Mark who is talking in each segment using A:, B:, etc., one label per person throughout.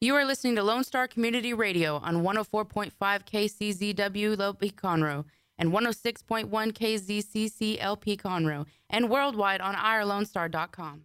A: You are listening to Lone Star Community Radio on 104.5 KCZW LP Conroe and 106.1 KZCCLP Conroe and worldwide on IRLoneStar.com.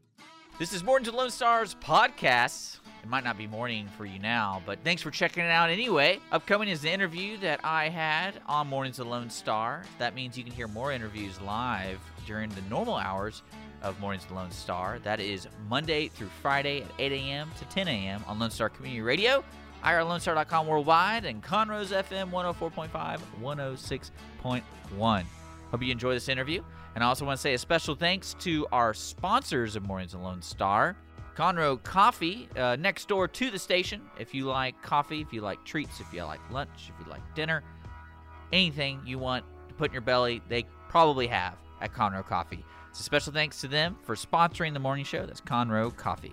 B: This is Morning to Lone Stars podcast. It might not be morning for you now, but thanks for checking it out anyway. Upcoming is the interview that I had on Mornings to Lone Star. That means you can hear more interviews live during the normal hours of Mornings to Lone Star. That is Monday through Friday at 8 a.m. to 10 a.m. on Lone Star Community Radio, IRLoneStar.com worldwide, and Conroe's FM 104.5, 106.1. Hope you enjoy this interview. And I also want to say a special thanks to our sponsors of Mornings and Lone Star. Conroe Coffee, uh, next door to the station. If you like coffee, if you like treats, if you like lunch, if you like dinner, anything you want to put in your belly, they probably have at Conroe Coffee. So special thanks to them for sponsoring the morning show. That's Conroe Coffee.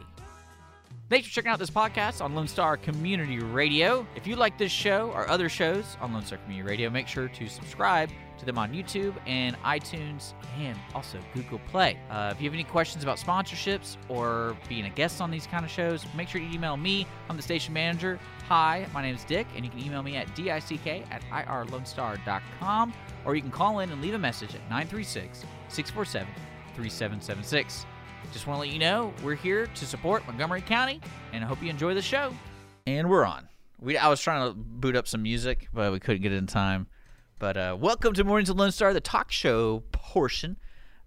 B: Thanks for checking out this podcast on Lone Star Community Radio. If you like this show or other shows on Lone Star Community Radio, make sure to subscribe to them on YouTube and iTunes and also Google Play. Uh, if you have any questions about sponsorships or being a guest on these kind of shows, make sure you email me. I'm the station manager. Hi, my name is Dick, and you can email me at dick at irlonestar.com or you can call in and leave a message at 936 647 3776. Just want to let you know we're here to support Montgomery County, and I hope you enjoy the show. And we're on. We I was trying to boot up some music, but we couldn't get it in time. But uh, welcome to Mornings with Lone Star, the talk show portion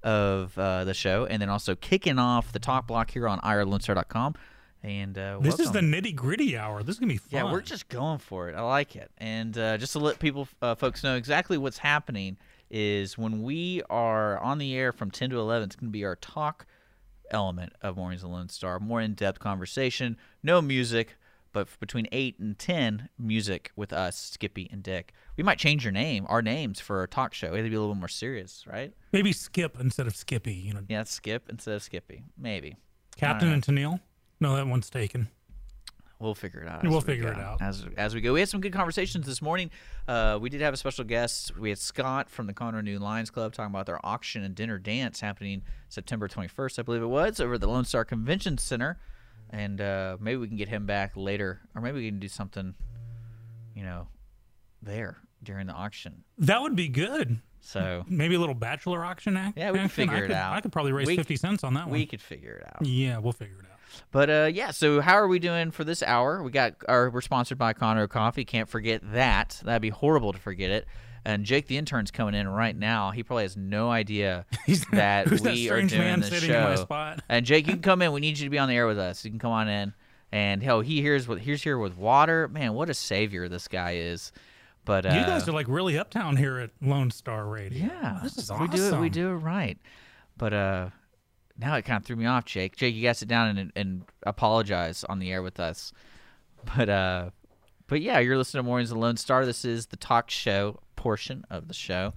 B: of uh, the show, and then also kicking off the talk block here on IreLoneStar.com. And uh,
C: This is
B: welcome.
C: the nitty gritty hour. This is gonna be fun.
B: Yeah, we're just going for it. I like it. And uh, just to let people, uh, folks, know exactly what's happening is when we are on the air from 10 to 11, it's going to be our talk element of Mornings with Lone Star, more in depth conversation, no music, but f- between 8 and 10, music with us, Skippy and Dick. We might change your name, our names for our talk show. It'll be a little more serious, right?
C: maybe Skip instead of Skippy. You know,
B: Yeah, Skip instead of Skippy. Maybe.
C: Captain and Tennille. No, that one's taken.
B: We'll figure it out.
C: We'll
B: as we
C: figure it
B: go.
C: out.
B: as as we go. We had some good conversations this morning. Uh, we did have a special guest. We had Scott from the Conroe New Lions Club talking about their auction and dinner dance happening September 21st, I believe it was, over at the Lone Star Convention Center. And uh, maybe we can get him back later, or maybe we can do something, you know, there during the auction.
C: That would be good.
B: So
C: Maybe a little bachelor auction act.
B: Yeah, we can
C: action.
B: figure
C: I
B: it
C: could-
B: out.
C: I could probably raise
B: We-
C: fifty cents on that
B: we
C: one.
B: could figure it out.
C: Yeah, we'll figure it out.
B: But uh, yeah, so how are we doing for this hour? We got our we're sponsored by Conroe Coffee. Can't forget that. That'd be horrible to forget it. And Jake the intern's coming in right now. He probably has no idea that
C: Who's that
B: we are
C: strange
B: doing
C: man
B: this
C: sitting
B: show.
C: in my spot?
B: And Jake, you can come in. We need you to be on the air with us. You can come on in. And hell, he hears what here's here with water. Man, what a savior this guy is. But uh,
C: you guys are like really uptown here at Lone Star Radio.
B: yeah,
C: this is
B: We do it. We
C: awesome.
B: do it right. But uh, now it kind of threw me off, Jake. Jake, you got to sit down and, and apologize on the air with us. But uh, but yeah, you're listening to Mornings with Lone Star. This is the talk show portion of the show,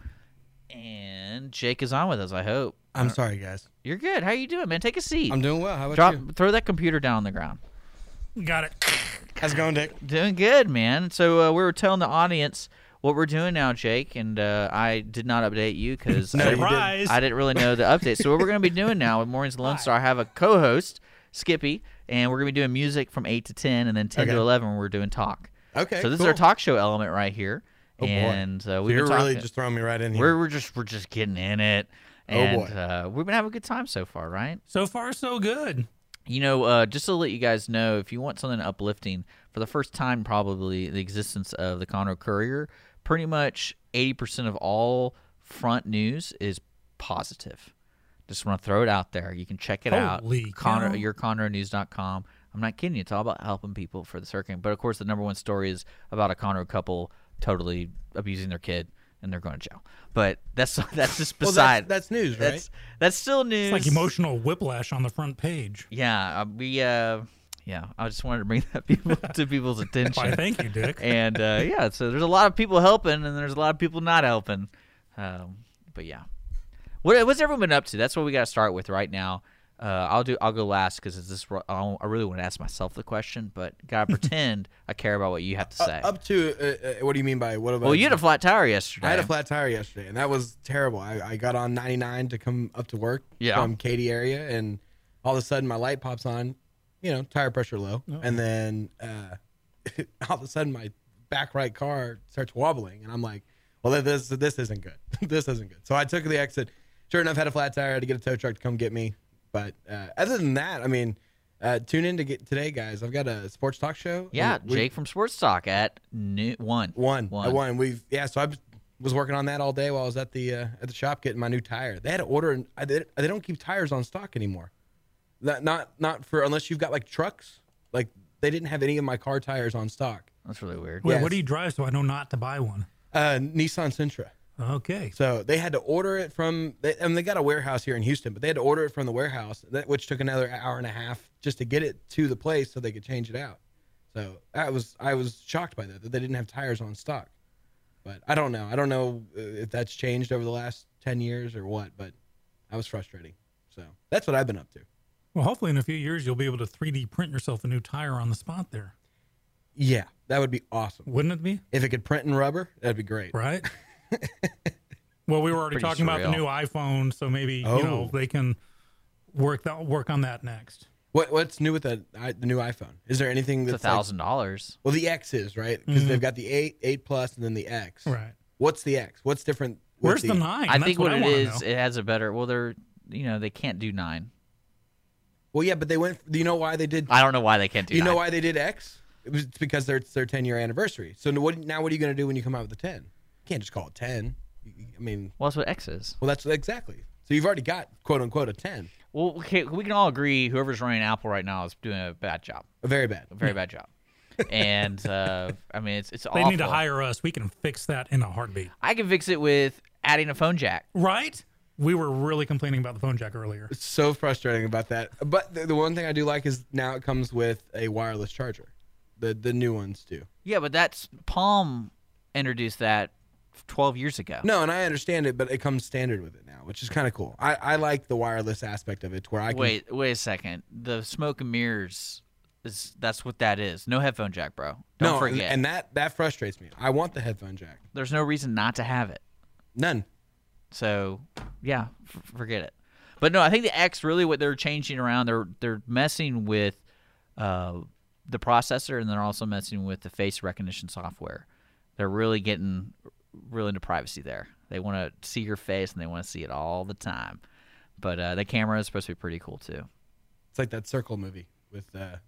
B: and Jake is on with us. I hope
D: I'm sorry, guys.
B: you're good. How you doing, man? Take a seat.
D: I'm doing well. How about
B: Drop,
D: you?
B: throw that computer down on the ground.
C: Got it.
D: How's it going, Dick?
B: Doing good, man. So uh, we were telling the audience what we're doing now, Jake, and uh, I did not update you because
D: No, you didn't.
C: Surprise.
B: I didn't really know the update. So what we're going to be doing now with Mornings with Lone Star, I have a co-host, Skippy, and we're going to be doing music from eight to ten, and then ten to
D: Okay.
B: eleven we're doing talk.
D: Okay,
B: So this is
D: cool.
B: our talk show element right here,
D: Oh, boy.
B: and uh, we've
D: You're
B: been
D: really
B: talking-
D: just throwing me right in
B: we're
D: here.
B: we're just we're just getting in it.
D: Oh,
B: And,
D: boy.
B: Uh, we've been having a good time so far, right?
C: So far, so good.
B: You know, uh, just to let you guys know, if you want something uplifting, for the first time, probably the existence of the Conroe Courier, pretty much 80% of all front news is positive. Just want to throw it out there. You can check it out.
C: Holy cow.
B: Conroe, your ConroeNews.com. I'm not kidding you. It's all about helping people for the circuit. But of course, the number one story is about a Conroe couple totally abusing their kid and they're going to jail. But that's that's just
D: well,
B: beside.
D: that's, that's news, right?
B: that's, that's still news.
C: It's like emotional whiplash on the front page.
B: Yeah, uh, we. Uh, yeah, I just wanted to bring that people to people's
C: Why,
B: attention.
C: thank you, Dick.
B: and uh, yeah, so there's a lot of people helping, and there's a lot of people not helping. Um, but yeah, what, what's everyone been up to? That's what we got to start with right now. Uh, I'll do. I'll go last because this. ro- I'll- I really want to ask myself the question, but gotta pretend I care about what you have to
D: Uh,
B: say.
D: up to uh, uh, what do you mean by what about?
B: well, you had a flat tire yesterday.
D: I had a flat tire yesterday, and that was terrible. I, I got on 99 to come up to work
B: Yeah.
D: from Katy area, and all of a sudden my light pops on, you know, tire pressure low, and then uh, all of a sudden my back right car starts wobbling, and I'm like, well, this this isn't good. this isn't good. So I took the exit. Sure enough, had a flat tire. Had to get a tow truck to come get me. But uh, other than that, I mean, uh, tune in to get today, guys. I've got a sports talk show.
B: Yeah,
D: We-
B: Jake from Sports Talk at new, one.
D: One,
B: One.
D: one. one. We've yeah. So I was working on that all day while I was at the uh, at the shop getting my new tire. They had to order. an- I did, they don't keep tires on stock anymore. That not not for unless you've got like trucks. Like they didn't have any of my car tires on stock.
B: That's really weird.
C: Wait,
D: Yes.
C: what do you drive so I know not to buy one?
D: Uh, Nissan Sentra.
C: Okay.
D: So they had to order it from. They, I mean, they got a warehouse here in Houston, but they had to order it from the warehouse, that which took another hour and a half just to get it to the place so they could change it out. So I was I was shocked by that that they didn't have tires on stock. But I don't know. I don't know uh, if that's changed over the last ten years or what. But I was frustrating. So that's what I've been up to.
C: Well, hopefully in a few years you'll be able to 3D print yourself a new tire on the spot there.
D: Yeah, that would be awesome
C: Wouldn't it be?
D: if it could print in rubber. That'd be great.
C: Right? well, we were already
B: Pretty
C: talking about the
B: surreal.
C: new iPhone, so maybe you know
D: Oh.
C: they can work that work on that next.
D: What what's new with the i- the new iPhone? Is there anything
B: It's a
D: that's like-
B: thousand dollars.
D: well, the X is right because they've got the eight, eight plus, and then the X.
C: Right.
D: What's the X? What's different? with E?
C: Where's the nine?
B: I
C: That's
B: think what,
C: I
B: it
C: wanna
B: is,
C: know.
B: it has a better. Well, they're you know they can't do nine.
D: Well, yeah, but they went. You know why they did?
B: I don't know why they can't do.
D: you know
B: nine.
D: why they did X? It was it's because they're- it's their ten year anniversary. So what? Now what are you going to do when you come out with the ten? You can't just call it ten. You- you- I mean,
B: Well, that's what X is.
D: well, that's exactly. So you've already got quote unquote a ten.
B: Well, okay, we can all agree whoever's running Apple right now is doing a bad job,
D: A very bad.
B: a very bad job. And uh, I mean, it's it's
C: Hmm. They
B: awful.
C: need to hire us. We can fix that in a heartbeat.
B: I can fix it with adding a phone jack.
C: Right? We were really complaining about the phone jack earlier.
D: It's so frustrating about that. But the, the one thing I do like is now it comes with a wireless charger. The the new ones do.
B: Yeah, but that's Palm introduced that twelve years ago.
D: No, and I understand it, but it comes standard with it now, which is kind of cool. I, I like the wireless aspect of it, to where I can
B: Wait, wait a second. The smoke and mirrors is that's what that is. No headphone jack, bro. Don't
D: no, and-
B: forget.
D: and that that frustrates me. I want the headphone jack.
B: There's no reason not to have it.
D: None.
B: So, yeah, f- forget it. But no, I think the X really what they're changing around. They're they're messing with uh, the processor, and they're also messing with the face recognition software. They're really getting really into privacy there. They want to see your face, and they want to see it all the time. But uh, the camera is supposed to be pretty cool too.
D: It's like that Circle movie with uh,
B: I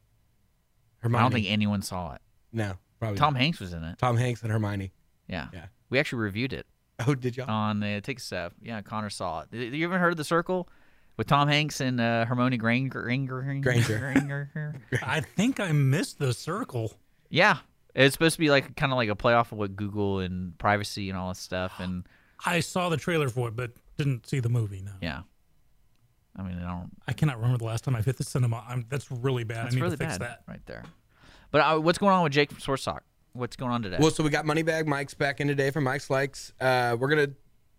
D: Hermione.
B: don't think anyone saw it.
D: no, probably
B: Tom
D: not.
B: Hanks was in it.
D: Tom Hanks and Hermione.
B: Yeah.
D: Oh, Yeah.
B: We actually reviewed it
D: Oh, did y'all?
B: on the Tick Stuff. Yeah, Connor saw it. You- You ever heard of The Circle with Tom Hanks and uh, Hermione Granger? Granger.
D: Granger.
B: Granger.
C: I think I missed the circle.
B: yeah. It's supposed to be like kind of like a playoff of what Google and privacy and all this stuff. And
C: I saw the trailer for it, but didn't see the movie. No,
B: yeah. I mean, I don't.
C: I cannot remember the last time I've hit the cinema. I'm, that's really bad.
B: That's
C: I need
B: really
C: to fix
B: bad
C: that.
B: right there. But uh, what's going on with Jake from Source Talk? What's going on today?
D: Well, so we got Moneybag Mike's back in today for Mike's Likes. Uh, we're gonna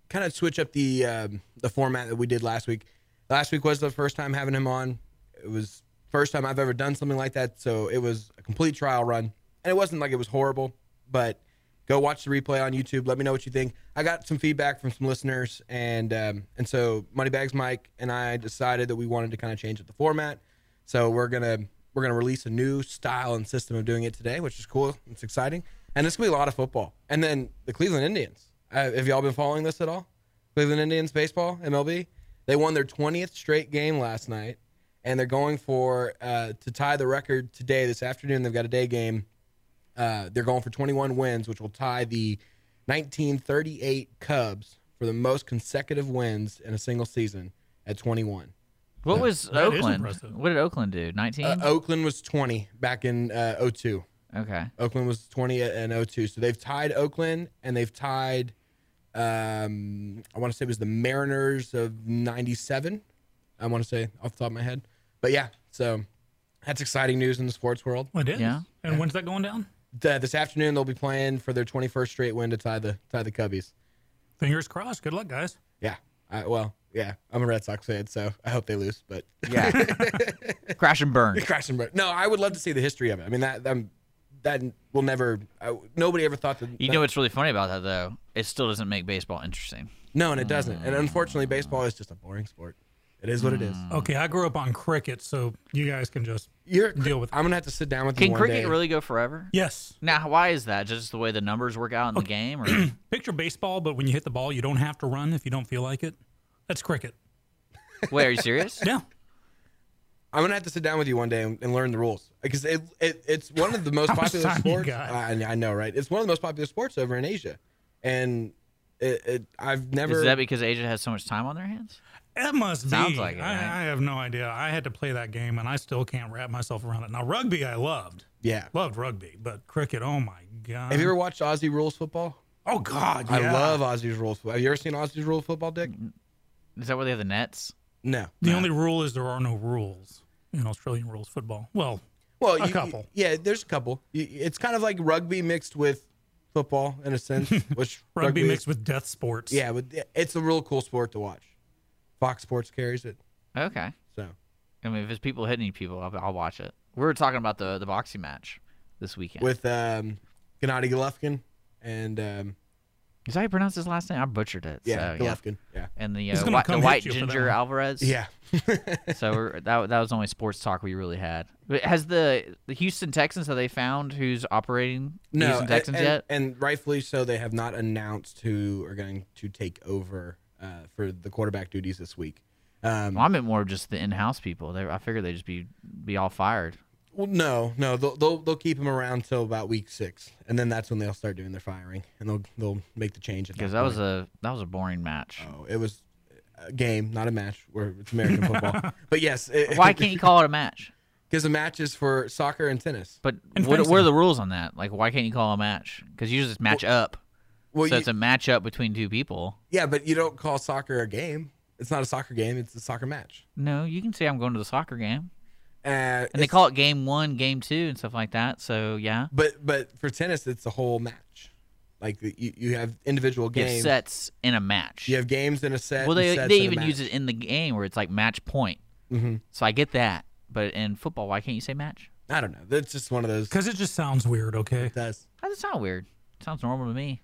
D: kind of switch up the um, the format that we did last week. Last week was the first time having him on. It was first time I've ever done something like that, so it was a complete trial run, and it wasn't like it was horrible. But go watch the replay on YouTube. Let me know what you think. I got some feedback from some listeners, and um, and so Moneybags Mike and I decided that we wanted to kind of change up the format. So we're gonna we're gonna release a new style and system of doing it today, which is cool. It's exciting, and it's gonna be a lot of football. And then the Cleveland Indians. Uh, have y'all been following this at all? Cleveland Indians baseball, MLB. They won their 20th straight game last night, and they're going for uh, to tie the record today this afternoon. They've got a day game. Uh, they're going for 21 wins, which will tie the 1938 Cubs for the most consecutive wins in a single season at 21.
B: what was
C: That is
B: Oakland?
C: impressive.
B: What did Oakland do? 19?
D: Uh, Oakland was 20 back in uh, 02.
B: okay.
D: Oakland was 20 and 02. So they've tied Oakland and they've tied, um, I want to say it was the Mariners of 97. I want to say off the top of my head. But yeah, so that's exciting news in the sports world.
C: It is.
B: Yeah.
C: And when's that going down?
D: Th- this afternoon, they'll be playing for their 21st straight win to tie the tie the Cubbies.
C: Fingers crossed. Good luck, guys.
D: Yeah. I, well, yeah, I'm a Red Sox fan, so I hope they lose. But
B: Yeah. Crash and burn.
D: crash and burn. No, I would love to see the history of it. I mean, that um, that will never. I, nobody ever thought that.
B: You know what's really funny about that though? It still doesn't make baseball interesting.
C: Mm.
D: No, and it doesn't. And unfortunately, baseball is just a boring sport. It is what it is.
C: Okay, I grew up on cricket, so you guys can just
D: You're
C: Deal with it.
D: I'm gonna have to sit down with you
B: Can
D: one
B: cricket
D: day.
B: really go forever?
C: yes.
B: Now, why is that? Just the way the numbers work out in the game, or
C: Picture baseball, but when you hit the ball, you don't have to run if you don't feel like it. That's cricket.
B: wait, are you serious?
C: Yeah.
D: I'm gonna have to sit down with you one day and, and learn the rules because it, it it's one of the most
C: How much
D: popular
C: time you
D: sports.
C: got?
D: I, I know, right? It's one of the most popular sports over in Asia, and it, it I've never.
B: Is that because Asia has so much time on their hands?
C: That must
B: Sounds
C: be.
B: like it,
C: I,
B: right?
C: I have no idea. I had to play that game, and I still can't wrap myself around it. Now, rugby, I loved.
D: yeah.
C: Loved rugby, but cricket, oh my God.
D: Have you ever watched Aussie rules football?
C: oh, God.
D: I
C: yeah. Mm.
D: love Aussie's rules. football. Have you ever seen Aussie's rules football, Dick?
B: Is that where they have the nets?
D: No.
C: The only rule is there are no rules in Australian rules football. Well,
D: Well,
C: A
D: you-
C: couple.
D: Yeah, there's a couple. You- It's kind of like rugby mixed with football in a sense, which
C: rugby,
D: is-
C: mixed with death sports.
D: Yeah, but it's a real cool sport to watch. Fox Sports carries it,
B: Okay.
D: so
B: I mean, if it's people hitting people, I'll, I'll watch it. We were talking about the the boxing match this weekend.
D: with um, Gennady Golovkin and um,
B: is that how you pronounce his last name? I butchered it.
D: yeah,
B: so, yeah.
D: Golovkin, yeah,
B: And the
C: He's
B: uh,
C: gonna
B: white, the
C: come hit
B: white
C: you for that
B: ginger
C: one.
B: Alvarez.
D: yeah.
B: so we're, that that was the only sports talk we really had. But Has the the Houston Texans have they found who's operating the
D: no,
B: Houston
D: and,
B: Texans
D: and-
B: yet?
D: and rightfully so, they have not announced who are going to take over uh, for the quarterback duties this week. Um,
B: Well, I meant more of just the in-house people. They, I figured they'd just be be all fired.
D: Well, no, no, they'll, they'll they'll keep him around till about week six, and then that's when they'll start doing their firing, and they'll they'll make the change. at
B: Because that was
D: point.
B: a that was a boring match.
D: Oh, it was a game, not a match. Where it's American football, but yes, it,
B: Why can't you call it a match?
D: Because the match is for soccer and tennis.
B: But
C: And
B: what, what are
C: fencing.
B: the rules on that? Like, why can't you call a match? Because you just match up.
D: Well,
B: so
D: you-
B: it's a match up between two people.
D: yeah, but you don't call soccer a game. It's not a soccer game. It's a soccer match.
B: No, you can say I'm going to the soccer game,
D: Uh,
B: and they
D: it's-
B: call it game one, game two, and stuff like that. So yeah,
D: but but for tennis, it's a whole match. Like the, you, you have individual
B: you have
D: games.
B: sets in a match.
D: You have games in a set.
B: well,
D: and
B: they
D: sets
B: they
D: in a
B: even use
D: match.
B: it in the game where it's like match point. Mm-hmm. So I get that, but in football, why can't you say match?
D: I don't know. That's just one of those.
C: Because it just sounds weird, okay?
D: That's
B: That doesn't sound weird. sounds normal to me.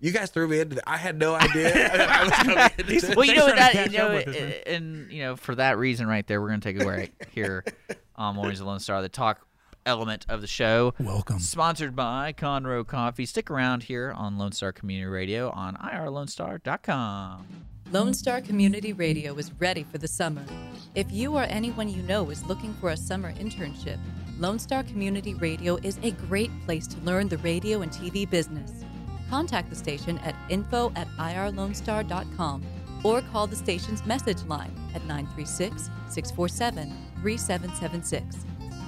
D: You guys threw me into that. I had no idea. that I was coming into this.
B: well, you
C: Thanks
B: know
C: for
B: that,
C: trying
B: you
C: to catch
B: know,
C: up with us, man.
B: uh, and you know, for that reason, right there, we're gonna take a break here on Mornings with Lone Star, the talk element of the show.
C: Welcome.
B: Sponsored by Conroe Coffee. Stick around here on Lone Star Community Radio on irlonestar.com.
E: Lone Star Community Radio is ready for the summer. If you or anyone you know is looking for a summer internship, Lone Star Community Radio is a great place to learn the radio and TV business. Contact the station at info at irlonestar.com or call the station's message line at 936 647 3776.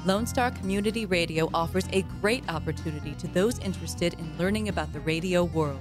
E: Lone Star Community Radio offers a great opportunity to those interested in learning about the radio world.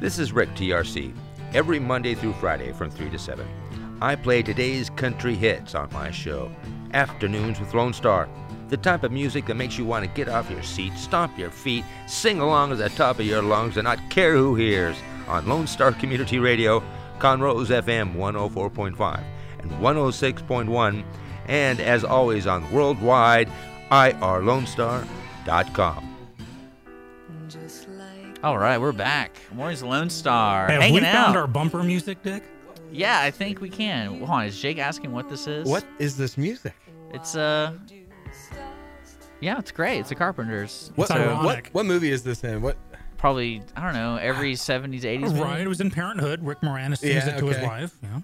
F: This is Rick TRC, every Monday through Friday from 3 to 7. I play today's country hits on my show, Afternoons with Lone Star, the type of music that makes you want to get off your seat, stomp your feet, sing along at the top of your lungs, and not care who hears on Lone Star Community Radio, Conroe's FM 104.5 and 106.1, and as always on worldwide, irlonestar.com.
B: All right, we're back. Morning's Lone Star.
C: Have
B: hanging
C: we found
B: out.
C: our bumper music, Dick?
B: yeah, I think we can. Hold on, is Jake asking what this is?
D: What is this music?
B: It's uh. Yeah, it's great. It's the Carpenters.
D: What,
C: It's
D: what, what
C: ironic.
D: movie is this in? What?
B: Probably I don't know every '70s, '80s. movie?
C: Right. It was in Parenthood. Rick Moranis sings
D: Yeah,
C: it to his
D: okay.
C: wife. Yeah.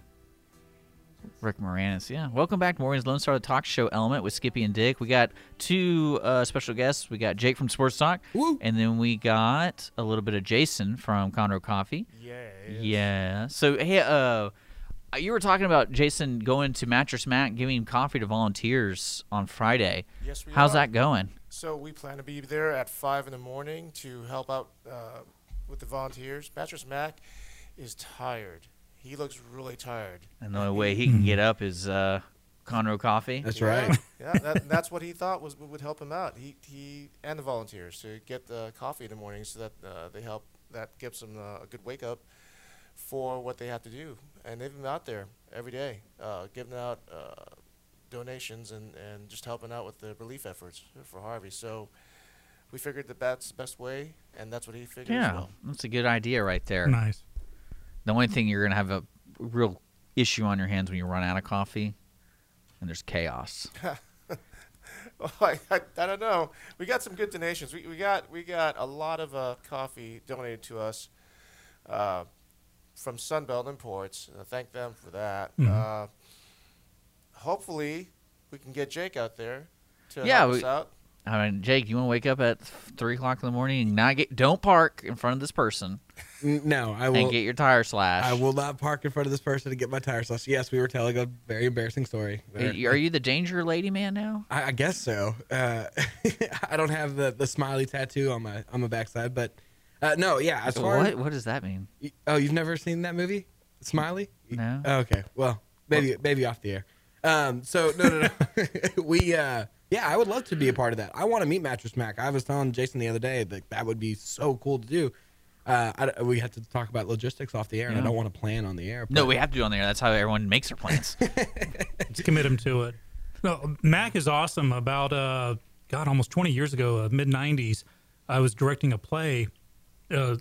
B: Rick Moranis, yeah. Welcome back to Morgan's Lone Star, the talk show element with Skippy and Dick. We got two uh, special guests. We got Jake from Sports Talk,
D: Woo.
B: and then we got a little bit of Jason from Conroe Coffee. Yeah. Yeah. So hey, uh, you were talking about Jason going to Mattress Mac giving coffee to volunteers on Friday.
G: Yes, we
B: How's
G: are.
B: that going?
G: So we plan to be there at five in the morning to help out uh, with the volunteers. Bachelor's Mac is tired. He looks really tired.
B: And the only way he can get up is uh, Conroe Coffee.
D: That's
G: Yeah.
D: right.
G: yeah, that, that's what he thought was would help him out. He he and the volunteers to get the coffee in the morning so that uh, they help. That gives them uh, a good wake up for what they have to do. And they've been out there every day, uh, giving out uh, donations and, and just helping out with the relief efforts for Harvey. So we figured that that's the best way, and that's what he figured as
B: yeah,
G: well.
B: that's a good idea right there.
C: Nice.
B: The only thing you're gonna have a real issue on your hands when you run out of coffee, and there's chaos.
G: Well, I, I, I don't know. We got some good donations. We, we got we got a lot of uh, coffee donated to us uh, from Sunbelt Imports. Uh, thank them for that.
B: Mm-hmm.
G: Uh, hopefully, we can get Jake out there to
B: Yeah,
G: help
B: we-
G: us out.
B: I mean, Jake, you want to wake up at three o'clock in the morning and not get don't park in front of this person
D: N- No, I
B: and
D: will.
B: get your tire slashed.
D: I will not park in front of this person to get my tire slashed. Yes, we were telling a very embarrassing story.
B: Are
D: there.
B: you are you the danger lady man now?
D: I, I guess so. Uh, I don't have the, the smiley tattoo on my on my backside, but uh, no, yeah. As far
B: What
D: As,
B: what does that mean?
D: y- oh, you've never seen that movie, Smiley?
B: No.
D: Oh, okay. Well, maybe maybe off the air. Um, so no, no, no. we uh, yeah, I would love to be a part of that. I want to meet Mattress Mac. I was telling Jason the other day that that would be so cool to do. Uh, I d we have to talk about logistics off the air, and I
B: Yeah.
D: don't want to plan on the air.
B: No,
D: but-
B: we have to do it on there. That's how everyone makes their plans.
C: Let's commit him to it. No, Mac is awesome. About uh, God, almost 20 years ago, uh, mid 90s, I was directing a play uh,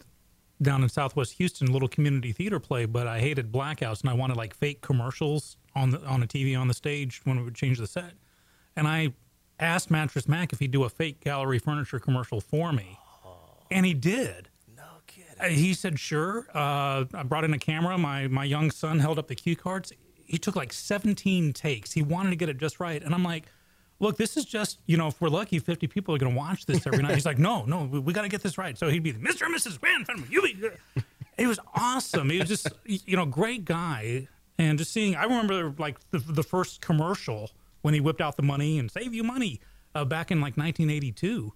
C: down in Southwest Houston, a little community theater play. But I hated blackouts, and I wanted like fake commercials on the on a TV on the stage when we would change the set. And I asked Mattress Mac if he'd do a fake gallery furniture commercial for me, and he did. Uh, He said, "Sure." Uh, I brought in a camera. My my young son held up the cue cards. He took like 17 takes. He wanted to get it just right, and I'm like, "Look, this is just you know, if we're lucky, 50 people are going to watch this every night." He's like, "No, no, we, we got to get this right." So he'd be Mr. and Mrs. Van Fenwick. You be. He was awesome. He was just you know, great guy, and just seeing. I remember like the, the first commercial when he whipped out the money and save you money uh, back in like 1982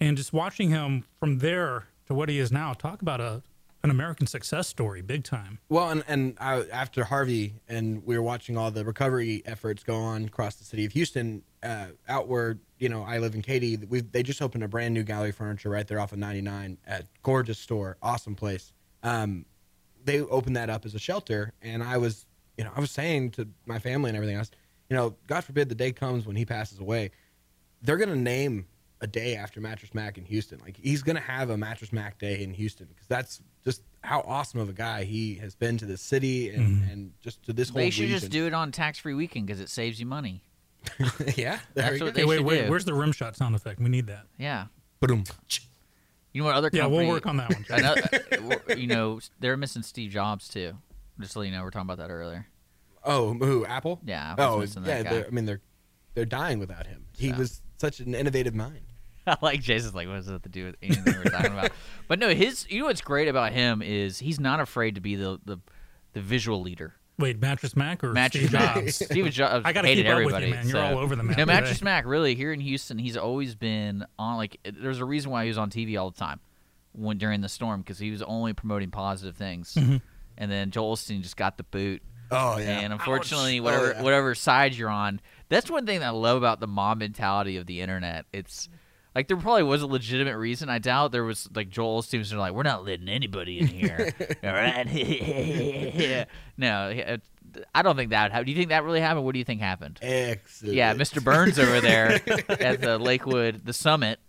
C: and just watching him from there to what he is now talk about a an american success story big time
D: Well, and, and I, after Harvey, and we were watching all the recovery efforts go on across the city of Houston, uh, outward, you know, I live in Katy. we they just opened a brand new gallery furniture right there off of 99 at gorgeous store, awesome place. Um, they opened that up as a shelter. And I was, you know, I was saying to my family and everything else, you know, God forbid the day comes when he passes away, they're gonna name a day after Mattress Mac in Houston. Like he's gonna have a Mattress Mac Day in Houston because that's just how awesome of a guy he has been to this city and, and just to this whole.
B: they should
D: region.
B: just do it on tax free weekend because it saves you money.
D: yeah,
B: That's
D: there you go.
B: what They
C: hey wait
B: should
C: wait
B: do.
C: where's the rim shot sound effect we need that
B: Yeah.
D: Ba-dum.
B: You know what other
C: yeah
B: company?
C: we'll work on that one Jack.
B: Another, you know, they're missing Steve Jobs too. Just so you know, we we're talking about that earlier.
D: Oh, who Apple?
B: Yeah, I
D: Oh,
B: was missing that
D: yeah.
B: guy.
D: they're- I mean, they're they're dying without him. He
B: So.
D: was such an innovative mind.
B: I like Jason's like, what does that have to do with anything we're talking about? But no, his you know what's great about him is he's not afraid to be the the, the visual leader.
C: wait mattress mac or
B: Mattress
C: Steve
B: Mac.
C: jobs
B: Steve Jobs
C: I gotta
B: hated
C: keep up with you,
B: everybody.
C: man. You're
B: so-
C: all over the map
B: No, Mattress
C: today.
B: Mac really here in Houston, he's always been on like there's a reason why he was on TV all the time when during the storm because he was only promoting positive things.
C: Mm-hmm.
B: And then Joel Osteen just got the boot.
D: Oh yeah. Oh,
B: And unfortunately, whatever
D: yeah.
B: whatever side you're on, that's one thing that I love about the mob mentality of the internet. It's like there probably was a legitimate reason. I doubt there was like Joel Stevenson was like we're not letting anybody in here. All right. no, it- I don't think that would happen. Do you think that really happened? What do you think happened?
D: Excellent.
B: Yeah, Mr. Burns over there at the Lakewood, the summit.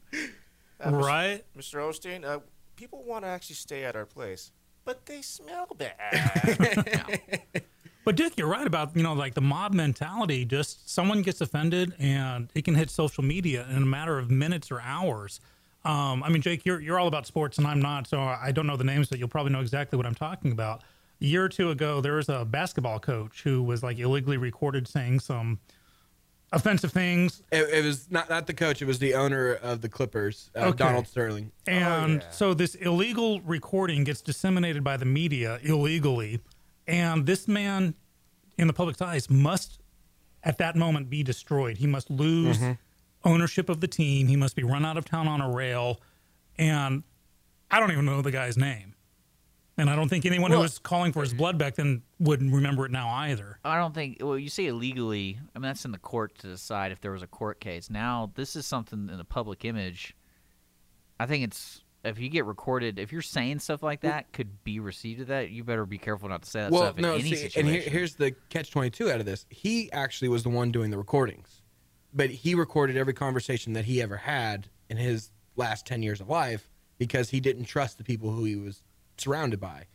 G: Uh, Mr.
C: right
G: Mr. Osteen, uh, people want to actually stay at our place, but they smell bad.
C: but dick you're right about you know like the mob mentality just someone gets offended and it can hit social media in a matter of minutes or hours um, I mean, Jake, you're, you're all about sports and I'm not, so I don't know the names, but you'll probably know exactly what I'm talking about. A year or two ago, there was a basketball coach who was like illegally recorded saying some offensive things.
D: It, it was not not the coach. It was the owner of the Clippers, uh,
C: Okay.
D: Donald Sterling.
C: And so this illegal recording gets disseminated by the media illegally. And this man in the public's eyes must, at that moment, be destroyed. He must lose ownership of the team. He must be run out of town on a rail. And I don't even know the guy's name. And I don't think anyone who
B: Well-
C: was calling for his blood back then would remember it now either.
B: I don't think. Well, you say illegally. I mean, that's in the court to decide if there was a court case. Now, this is something in the public image. I think it's if you get recorded, if you're saying stuff like that, could be received as that. You better be careful not to say that
D: well,
B: stuff in
D: no.
B: any
D: See,
B: situation.
D: and here, here's the catch twenty two out of this. He actually was the one doing the recordings, but he recorded every conversation that he ever had in his last ten years of life because he didn't trust the people who he was surrounded by,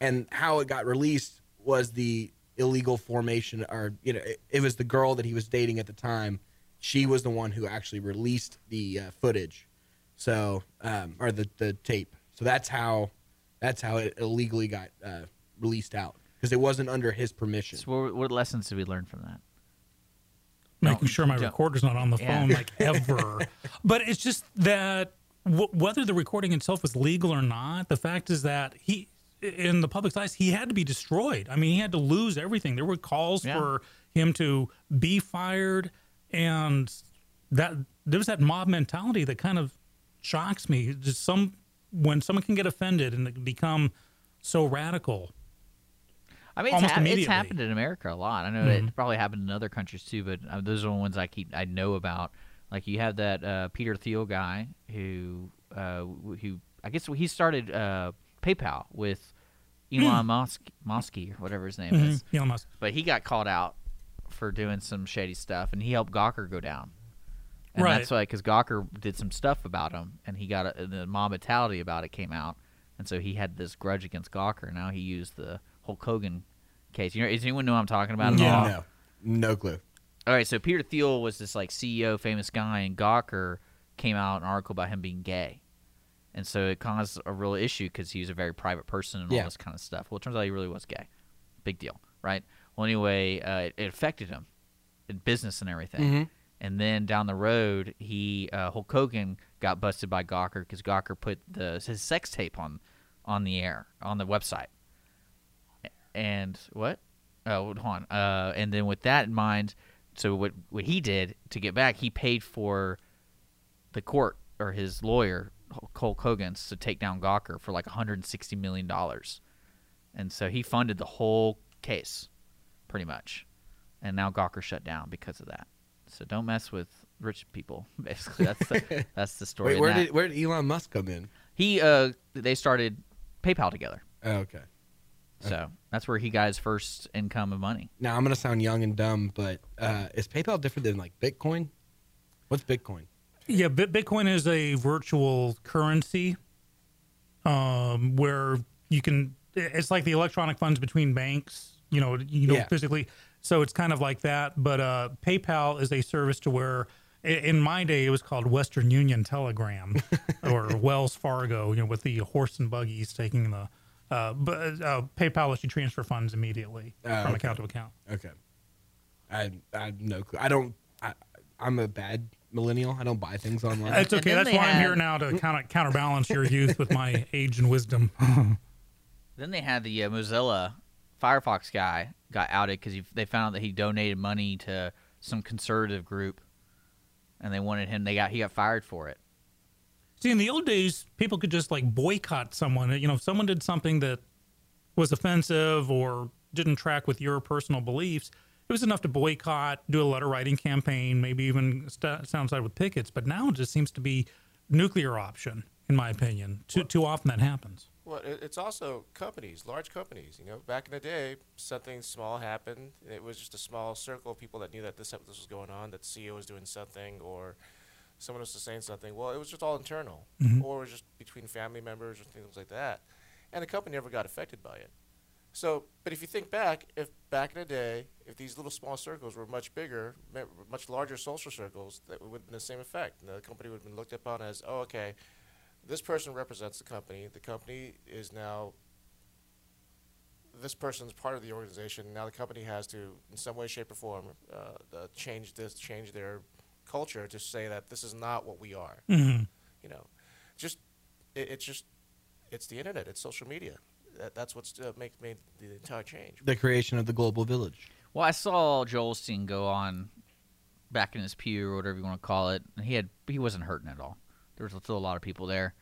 D: and how it got released was the illegal formation, or you know, it, it was the girl that he was dating at the time. She was the one who actually released the uh, footage, so um, or the the tape. So that's how that's how it illegally got uh, released out because it wasn't under his permission.
B: So what, what lessons did we learn from that?
C: making sure my
B: don't.
C: recorder's not on the
B: Yeah.
C: phone like ever. but it's just that w- whether the recording itself was legal or not, the fact is that he, in the public's eyes, he had to be destroyed. I mean, he had to lose everything. There were calls
B: Yeah.
C: for him to be fired, and that there was that mob mentality that kind of shocks me. Just some when someone can get offended and become so radical.
B: I mean, it's, hap-
C: Almost
B: it's
C: immediately. Mm-hmm.
B: happened in America a lot. I know it probably happened in other countries too, but uh, those are the ones I keep I know about. Like you have that uh, Peter Thiel guy who uh, w- who I guess he started uh, PayPal with Elon Musk, Muskie, or whatever his name is.
C: mm-hmm, Elon Musk.
B: But he got called out for doing some shady stuff, and he helped Gawker go down. And
C: Right.
B: that's why, because Gawker did some stuff about him, and he got a, the mob mentality about it came out, and so he had this grudge against Gawker. Now he used the Hulk Hogan case. You know, does anyone know what I'm talking about? At all?
D: no, no clue.
B: All right, so Peter Thiel was this like CEO, famous guy, and Gawker came out an article about him being gay, and so it caused a real issue because he was a very private person and
D: Yeah.
B: all this kind of stuff. Well, it turns out he really was gay, big deal, right? Well, anyway, uh, it, it affected him in business and everything,
D: Mm-hmm.
B: and then down the road, he uh, Hulk Hogan got busted by Gawker because Gawker put the his sex tape on on the air on the website, and what? Oh, hold on. Uh, and then with that in mind, so what what he did to get back, he paid for the court or his lawyer Cole Hogan's to take down Gawker for like 160 million dollars, and so he funded the whole case, pretty much, and now Gawker shut down because of that. So don't mess with rich people. Basically, that's the, that's the story.
D: Wait,
B: in
D: where
B: that.
D: did where did Elon Musk come in?
B: he uh they started PayPal together,
D: Oh, okay.
B: so that's where he got his first income of money.
D: Now I'm gonna sound young and dumb, but uh, is PayPal different than like Bitcoin? What's Bitcoin?
C: Yeah, Bit- Bitcoin is a virtual currency um, where you can. It's like the electronic funds between banks. You know, you don't
D: Yeah.
C: physically. So it's kind of like that. But uh, PayPal is a service to where, i- in my day, it was called Western Union Telegram or Wells Fargo. You know, with the horse and buggies taking the. Uh, but uh, PayPal lets you transfer funds immediately
D: Oh,
C: from
D: okay.
C: account to account.
D: Okay. I I have no clue. I don't. I I'm a bad millennial. I don't buy things online.
C: It's okay.
H: then
C: That's
H: they
C: why I'm
H: had-
C: here now to counter- counterbalance your youth with my age and wisdom.
B: Then they had the uh, Mozilla Firefox guy got outed because they found out that he donated money to some conservative group, and they wanted him. They got he got fired for it.
C: See, in the old days, people could just like boycott someone. You know, if someone did something that was offensive or didn't track with your personal beliefs, it was enough to boycott, do a letter writing campaign, maybe even st- sound side with pickets. But now it just seems to be nuclear option, in my opinion. Too too often that happens.
G: Well, it, it's also companies, large companies. You know, back in the day, something small happened. It was just a small circle of people that knew that this, this was going on, that CEO was doing something, or someone was saying something. Well, it was just all internal, or it was just between family members or things like that. And the company never got affected by it. So, but if you think back, if back in the day, if these little small circles were much bigger, ma- much larger social circles, that would have been the same effect. The company would have been looked upon as, oh, okay, this person represents the company. The company is now this person's part of the organization. Now the company has to, in some way, shape, or form, uh, uh, change this, change their culture to say that this is not what we are. You know, just it, it's just it's the internet. It's social media. That, that's what's uh, make made the entire change.
D: the creation of the global village.
B: Well, I saw Joel Steen go on back in his pew or whatever you want to call it, and he had he wasn't hurting at all. There was still a lot of people there,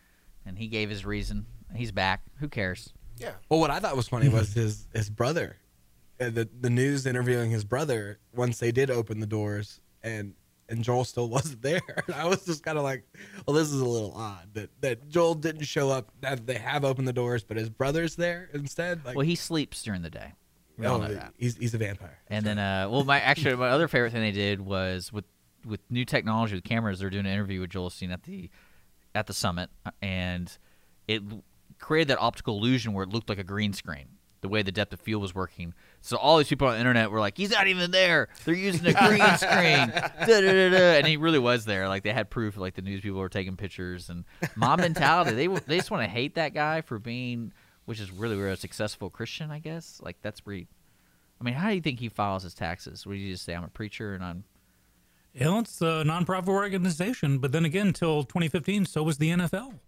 B: and he gave his reason. He's back. Who cares?
G: Yeah.
D: Well, what I thought was funny was his his brother, uh, the the news interviewing his brother once they did open the doors and and Joel still wasn't there. And I was just kind of like, well, this is a little odd that that Joel didn't show up. That they have opened the doors, but his brother's there instead. Like,
B: Well, he sleeps during the day. We all
D: oh,
B: know that.
D: he's he's a vampire.
B: And then, uh, well, my actually my other favorite thing they did was with with new technology with cameras. They're doing an interview with Joel Osteen at the at the summit, uh, and it l- created that optical illusion where it looked like a green screen. The way the depth of field was working, so all these people on the internet were like, "He's not even there. They're using a green screen." Da, da, da, da. And he really was there. Like they had proof. Like the news people were taking pictures and mob mentality. They w- they just want to hate that guy for being, which is really weird, a successful Christian. I guess like that's where you I mean, how do you think he files his taxes? Would you just say I'm a preacher and I'm
C: Well, it's a nonprofit organization, but then again, till 2015, so was the NFL.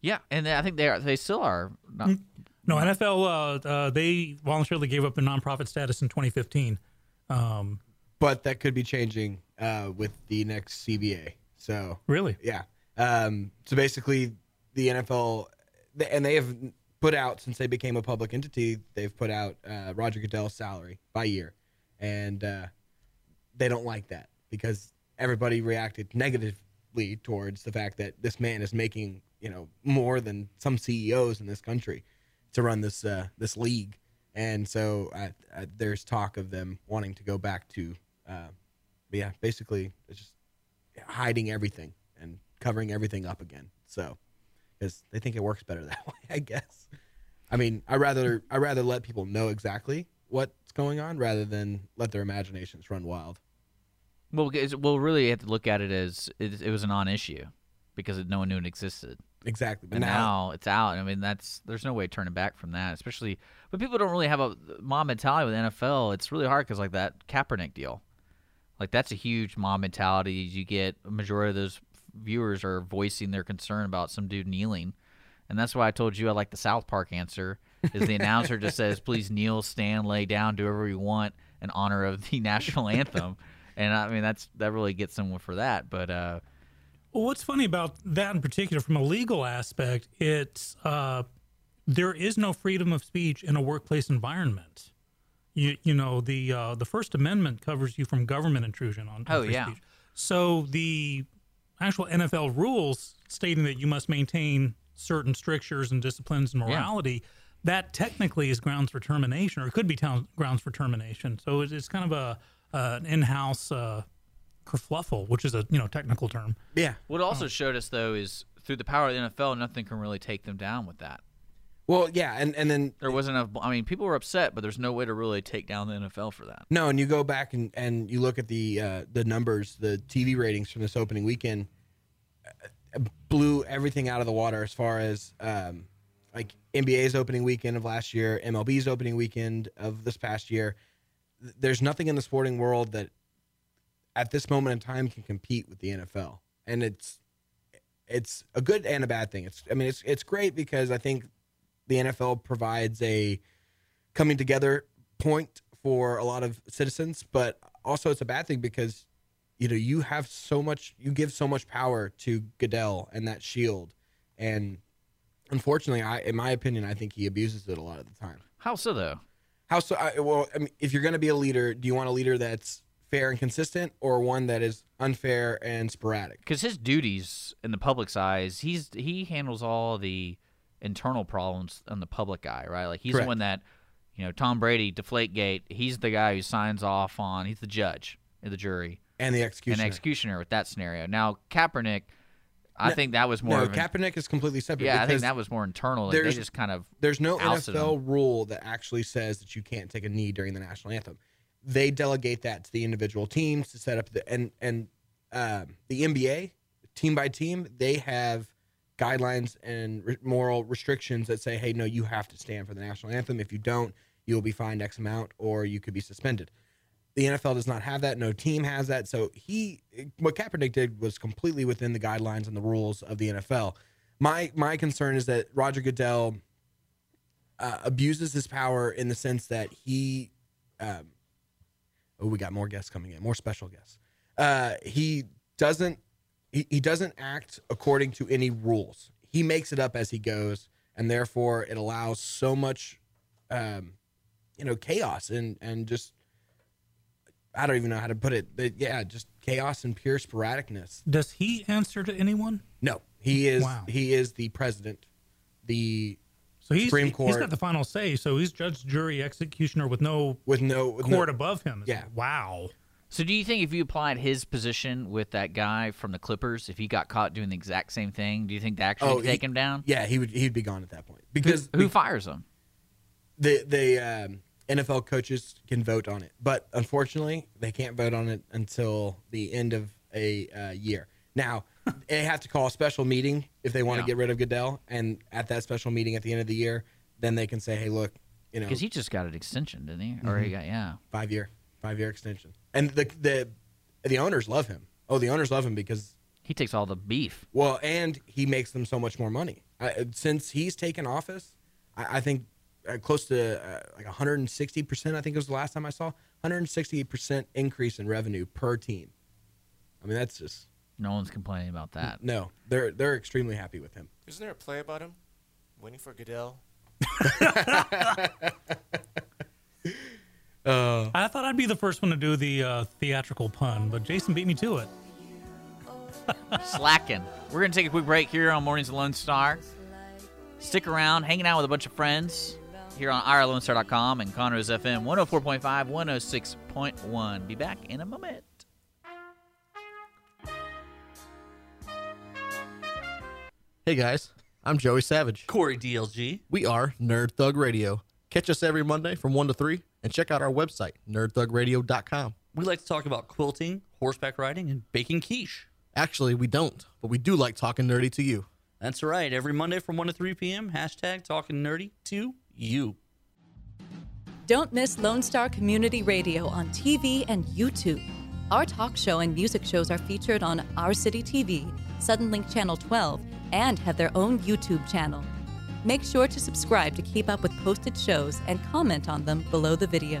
B: yeah? And I think they are. They still are. Not,
C: No, NFL, uh, uh, they voluntarily gave up their nonprofit status in 2015. Um,
D: But that could be changing uh, with the next CBA. So
C: really?
D: Yeah. Um, so basically, the NFL, th- and they have put out since they became a public entity, they've put out uh, Roger Goodell's salary by year, and uh, they don't like that because everybody reacted negatively towards the fact that this man is making you know more than some CEOs in this country to run this uh, this league, and so uh, uh, there's talk of them wanting to go back to, uh, but yeah, basically it's just hiding everything and covering everything up again. So, because they think it works better that way, I guess. I mean, I rather I rather let people know exactly what's going on rather than let their imaginations run wild.
B: well, it's- well, really, you have to look at it as it, it was a non-issue because no one knew it existed,
D: Exactly. But
B: and
D: now,
B: now, it's out. I mean, that's there's no way turning back from that, especially. But people don't really have a mom mentality with NFL. It's really hard because like that Kaepernick deal, like that's a huge mom mentality. You get a majority of those viewers are voicing their concern about some dude kneeling. And that's why I told you I like the South Park answer. Is the announcer just says, "Please kneel, stand, lay down, do whatever you want in honor of the national anthem," and I mean that's that really gets someone for that. But uh,
C: Well, what's funny about that in particular, from a legal aspect, it's uh, there is no freedom of speech in a workplace environment. You, you know the uh, the First Amendment covers you from government intrusion on. on
B: Oh,
C: free
B: yeah.
C: speech. So the actual NFL rules stating that you must maintain certain strictures and disciplines and morality, that technically is grounds for termination, or it could be town, grounds for termination. So it's, it's kind of a uh, an in-house uh, kerfluffle, which is a you know technical term.
D: yeah.
B: what it also showed us though is through the power of the NFL, nothing can really take them down with that.
D: Well, yeah, and and then
B: There wasn't enough. I mean, people were upset, but there's no way to really take down the NFL for that.
D: No, and you go back and, and you look at the uh, the numbers, the TV ratings from this opening weekend uh, blew everything out of the water as far as um, like NBA's opening weekend of last year, MLB's opening weekend of this past year. Th- There's nothing in the sporting world that at this moment in time can compete with the NFL, and it's it's a good and a bad thing. It's I mean it's it's great because I think the NFL provides a coming together point for a lot of citizens, but also it's a bad thing because you know you have so much, you give so much power to Goodell and that shield, and unfortunately, I, in my opinion, I think he abuses it a lot of the time.
B: How so though?
D: How so? I, well, I mean, if you're going to be a leader, do you want a leader that's fair and consistent, or one that is unfair and sporadic?
B: because his duties in the public's eyes, he's he handles all the internal problems on the public eye, right? Like he's
D: Correct.
B: the one that, you know, Tom Brady, Deflategate. He's the guy who signs off on. He's the judge and the jury
D: And the
B: and
D: executioner.
B: executioner with that scenario. Now Kaepernick, I
D: No-
B: think that was more
D: no,
B: of an,
D: Kaepernick is completely separate.
B: yeah, I think
D: because
B: that was more internal. Like, they
D: there's-
B: just kind of
D: There's no
B: ousted
D: NFL rule that actually says that you can't take a knee during the national anthem. They delegate that to the individual teams to set up the and and um, the NBA team by team they have guidelines and re- moral restrictions that say, hey, no, you have to stand for the national anthem. If you don't, you will be fined X amount or you could be suspended. The NFL does not have that. No team has that. So he, what Kaepernick did was completely within the guidelines and the rules of the NFL. My my concern is that Roger Goodell uh, abuses his power in the sense that he, um, oh, we got more guests coming in, more special guests. Uh, he doesn't he, he doesn't act according to any rules. he makes it up as he goes, and therefore it allows so much, um, you know, chaos and and just I don't even know how to put it, but yeah, just chaos and pure sporadicness.
C: Does he answer to anyone?
D: No, he is
C: Wow.
D: he is the president, the
C: So he's,
D: Supreme
C: he's
D: Court.
C: got the final say. So he's judge, jury, executioner with no
D: with no with no-
C: court above him. It's-
D: Yeah.
C: Wow.
B: So do you think if you applied his position with that guy from the Clippers, if he got caught doing the exact same thing, do you think that actually
D: Oh,
B: could
D: he-
B: take him down?
D: yeah, he would he'd be gone at that point because
B: Who fires him?
D: the the um, NFL coaches can vote on it, but unfortunately, they can't vote on it until the end of a uh, year. Now, they have to call a special meeting if they want to
B: Yeah.
D: get rid of Goodell, and at that special meeting at the end of the year, then they can say, "Hey, look, you know,
B: Because he just got an extension, didn't he? Or
D: Mm-hmm.
B: he got yeah.
D: five year, five year extension." And the the the owners love him. Oh, the owners love him because
B: He takes all the beef.
D: well, and he makes them so much more money. I, since he's taken office, I, I think uh, close to uh, like 160 percent. I think it was the last time I saw 160 percent increase in revenue per team. I mean, that's just
B: No one's complaining about that.
D: no. They're they're extremely happy with him.
G: Isn't there a play about him? Waiting for Goodell.
C: I thought I'd be the first one to do the uh, theatrical pun, but Jason beat me to it.
B: Slacking. We're gonna take a quick break here on Mornings with Lone Star. Stick around, hanging out with a bunch of friends here on IRLoneStar.com and Conroe's FM 104.5, 106.1. Be back in a moment.
I: Hey guys, I'm Joey Savage.
B: Corey DLG.
I: We are Nerd Thug Radio. Catch us every Monday from 1 to 3 and check out our website, nerdthugradio.com.
J: We like to talk about quilting, horseback riding, and baking quiche.
I: Actually, we don't, but we do like talking nerdy to you.
J: That's right. Every Monday from 1 to 3 p.m. Hashtag talking nerdy to you.
E: Don't miss Lone Star Community Radio on TV and YouTube. Our talk show and music shows are featured on Our City TV, Suddenlink Channel 12, and have their own YouTube channel. Make sure to subscribe to keep up with posted shows and comment on them below the video.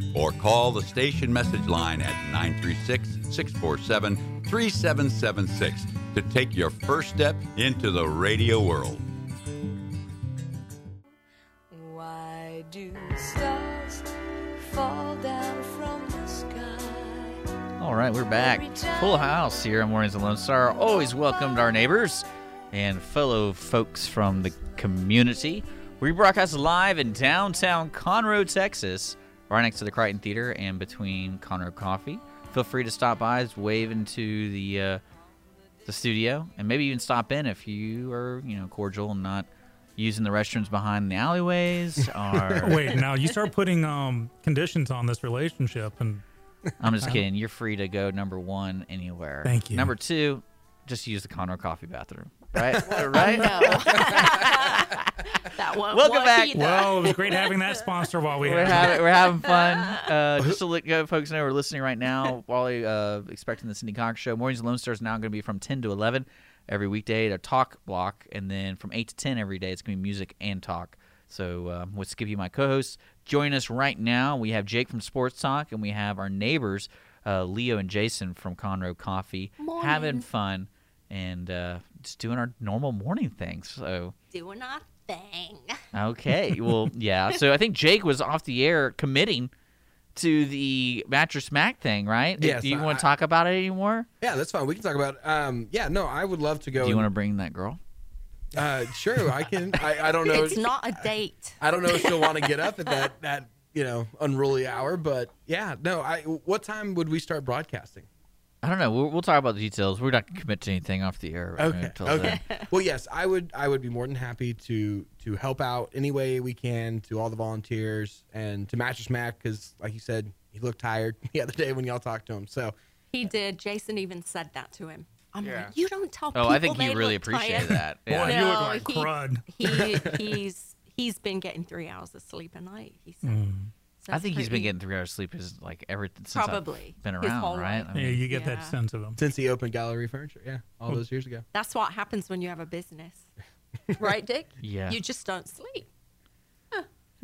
K: or call the station message line at 936 647 3776 to take your first step into the radio world.
L: Why do stars fall down from the sky?
B: All right, we're back. Full house here on Mornings with Lone Star. Always welcomed our neighbors and fellow folks from the community. We broadcast live in downtown Conroe, Texas, right next to the Crichton Theater and between Conroe Coffee. Feel free to stop by, just wave into the uh, the studio, and maybe even stop in if you are, you know, cordial and not using the restrooms behind the alleyways. Or
C: Wait, now you start putting um, conditions on this relationship, and
B: I'm just kidding. You're free to go number one anywhere.
C: Uh-huh. Thank you.
B: Number two, just use the Conroe Coffee bathroom. Right? right?
A: No. that one.
B: Welcome
A: one
B: back.
A: either.
C: well, it was great having that sponsor while we
B: We're
C: had. him.
B: having, we're having fun. Uh, just to let you folks know, we're listening right now while uh, expecting the Cindy Cox show. Mornings with Lone Star is now going to be from 10 to 11 every weekday, a talk block. And then from 8 to 10 every day, it's going to be music and talk. So um, with Skippy, my co host, join us right now. We have Jake from Sports Talk, and we have our neighbors, uh, Leo and Jason from Conroe Coffee, having fun and uh, just doing our normal morning things. So.
L: Doing our thing.
B: Okay. Well, yeah. So I think Jake was off the air committing to the mattress Mac thing, right?
D: Yes,
B: Do you
D: I-
B: want to talk about it anymore?
D: Yeah, that's fine. We can talk about. Um, yeah, no, I would love to go.
B: Do you want to
D: and-
B: bring that girl?
D: Uh, sure, I can. I, I don't know.
L: It's not a date.
D: I don't know if she'll want to get up at that that you know unruly hour, but yeah, no. I what time would we start broadcasting?
B: I don't know. We'll, we'll talk about the details. We're not going to commit to anything off the air.
D: Okay.
B: until
D: okay.
B: then.
D: well, yes, I would. I would be more than happy to to help out any way we can to all the volunteers and to Mattress Mac because, like you said, he looked tired the other day when y'all talked to him. So
L: He did. Jason even said that to him. I'm
B: Yeah.
L: like, you don't tell
B: Oh,
L: people.
B: I think you
L: they
B: really
L: look
B: appreciate
L: tired."
B: that. Yeah. Boy, you look like
L: he-
B: crud.
L: he, he's he's been getting three hours of sleep a night. He said.
B: I
L: So that's
B: think he's been
L: pretty-
B: getting three hours sleep his like ever since I've
L: Probably.
B: been
L: His
B: around,
L: whole
B: right?
L: life.
B: I mean-
C: you get that
L: Yeah.
C: sense of them.
D: Since he opened Gallery Furniture, yeah,
C: Hmm.
D: all those years ago.
L: That's what happens when you have a business, right, Dick?
C: Yeah.
L: You just don't sleep.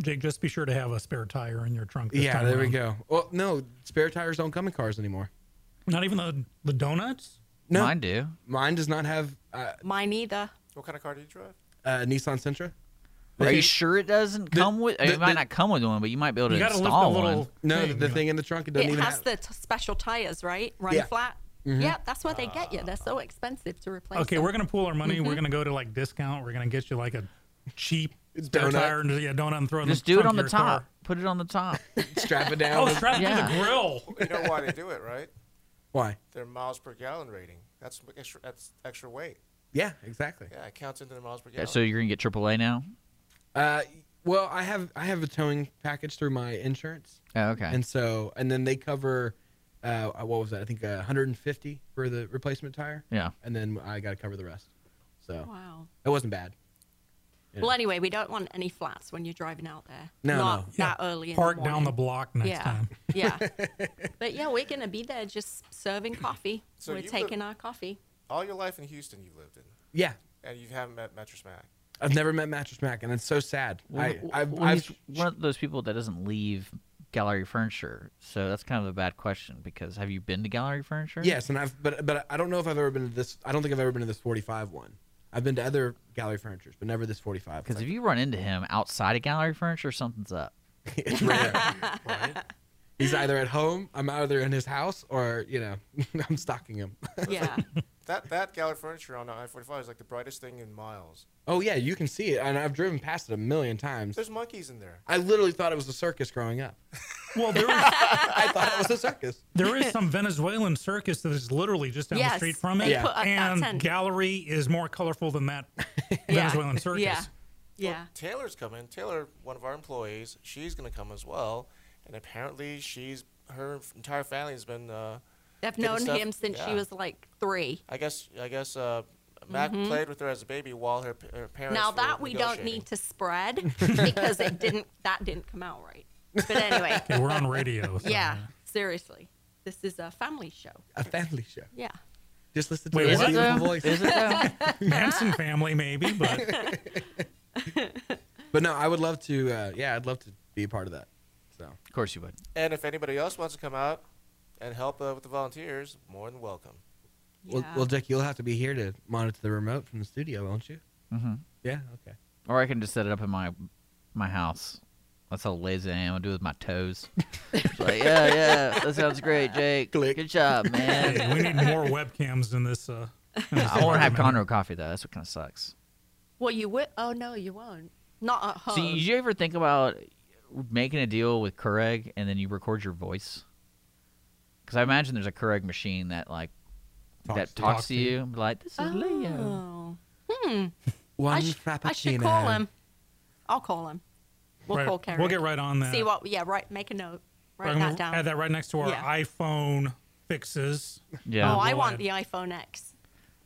C: Jake, just be sure to have a spare tire in your trunk. This
D: Yeah,
C: time
D: there we
C: around.
D: go. Well, no, spare tires don't come in cars anymore.
C: Not even the the donuts.
D: No,
B: mine do.
D: Mine does not have uh,
L: Mine either.
G: What kind of car do you drive?
D: uh, Nissan Sentra.
B: Are you sure it doesn't come with? it might not come with one, but you might be able to install one.
D: No, the, the thing in the trunk it doesn't
L: it
D: even
L: has
D: have.
L: the t- special tires, right? Run
D: Yeah.
L: flat.
D: Mhm.
L: Yeah, that's what they get you. They're so expensive to replace.
C: Ah. Okay,
L: them.
C: we're gonna pool our money. We're
L: Mhm.
C: gonna go to like discount. We're gonna get you like a cheap spare
B: Donut.
C: tire and yeah, donut and throw it. in
B: Just
C: the
B: do it
C: trunk
B: on
C: of
B: the
C: your
B: top.
C: car.
B: Put it on the top.
D: strap it
C: down. Oh, strap it to the grill.
G: You know why they do it, right?
D: Why?
G: Their miles per gallon rating. That's extra. That's extra weight.
D: Yeah, exactly.
G: Yeah, it counts into their miles per
B: Yeah,
G: gallon.
B: so you're gonna get AAA now?
D: Uh, well, I have I have a towing package through my insurance.
B: Oh, okay.
D: And so, and then they cover, uh, what was that? I think uh, 150 for the replacement tire.
B: Yeah.
D: And then I got to cover the rest. So.
L: Wow.
D: It wasn't bad. Yeah.
L: Well, anyway, we don't want any flats when you're driving out there.
D: No,
L: Not
D: no.
L: that early. in
C: Park
L: the
C: down the
L: morning.
C: block next
L: yeah.
C: time.
L: Yeah. but yeah, we're going to be there just serving coffee.
G: So
L: we're
G: you live-
L: taking our coffee.
G: All your life in Houston, you've lived in,
D: Yeah.
G: and you haven't met Metro Smack.
D: I've never met Mattress Mac, and it's so sad. I,
B: Well,
D: I've,
B: well,
D: I've,
B: he's one of those people that doesn't leave gallery furniture, so that's kind of a bad question. Because have you been to gallery furniture?
D: yes, and I've, but but I don't know if I've ever been to this. I don't think I've ever been to this 45 one. I've been to other gallery furnitures, but never this 45.
B: Because if you run into him outside of gallery furniture, something's up.
D: it's rare. He's either at home, I'm either in his house, or you know, I'm stalking him.
L: Yeah.
G: that that gallery furniture on I-45 is like the brightest thing in miles.
D: oh yeah, you can see it, and I've driven past it a million times.
G: There's monkeys in there.
D: I literally thought it was a circus growing up.
C: Well, there is,
D: I thought it was a circus.
C: there is some Venezuelan circus that is literally just down
L: Yes,
C: the street from it,
L: they put up that
C: and
L: tent.
C: gallery is more colorful than that Venezuelan circus.
L: Yeah. Yeah.
G: Taylor's coming. Taylor, one of our employees, she's gonna come as well, and apparently she's her entire family has been. Uh,
L: They've
G: getting
L: known
G: stuff-
L: him since she
G: yeah.
L: was like three.
G: I guess I guess uh, Mac
L: Mhm.
G: played with her as a baby while her, p- her parents.
L: Now
G: were
L: that we don't
G: negotiating.
L: need to spread because it didn't that didn't come out right. But anyway,
C: Okay, we're on radio. so-
L: yeah, seriously, this is a family show.
D: A family show.
L: Yeah,
D: Just listen to
C: Wait,
D: his
C: what?
D: beautiful
C: Is
D: voice.
C: it Manson family, maybe, but
D: But no, I would love to. Uh, yeah, I'd love to be a part of that. So
B: Of course you would.
G: And if anybody else wants to come out and help uh, with the volunteers, more than welcome.
D: Well, well, Dick, you'll have to be here to monitor the remote from the studio, won't you?
B: Mm-hmm.
D: Yeah. Okay.
B: Or I can just set it up in my my house. That's how lazy I am. I do it with my toes. It's like, yeah, yeah, that sounds great, Jake. Good job,
C: hey,
B: man.
C: we need more webcams in this. Uh,
B: I won't have Conroe coffee though. That's what kind of sucks.
L: Well, you would. Oh no, you won't. Not at home.
B: So, did you ever think about making a deal with Keurig and then you record your voice? Because I imagine there's a Keurig machine that like that talks, to you, like this is Leo.
L: oh. Hmm.
D: One
L: I, sh- I should call him. I'll call him. We'll
C: Right,
L: call
C: we'll
L: Karen.
C: get right on that.
L: See what? Yeah, right. Make a note. Write
C: I'm gonna
L: that down.
C: Add that right next to our
L: Yeah.
C: iPhone fixes.
B: Yeah.
L: Oh, I
C: We'll
L: want
C: add-
L: the iPhone X.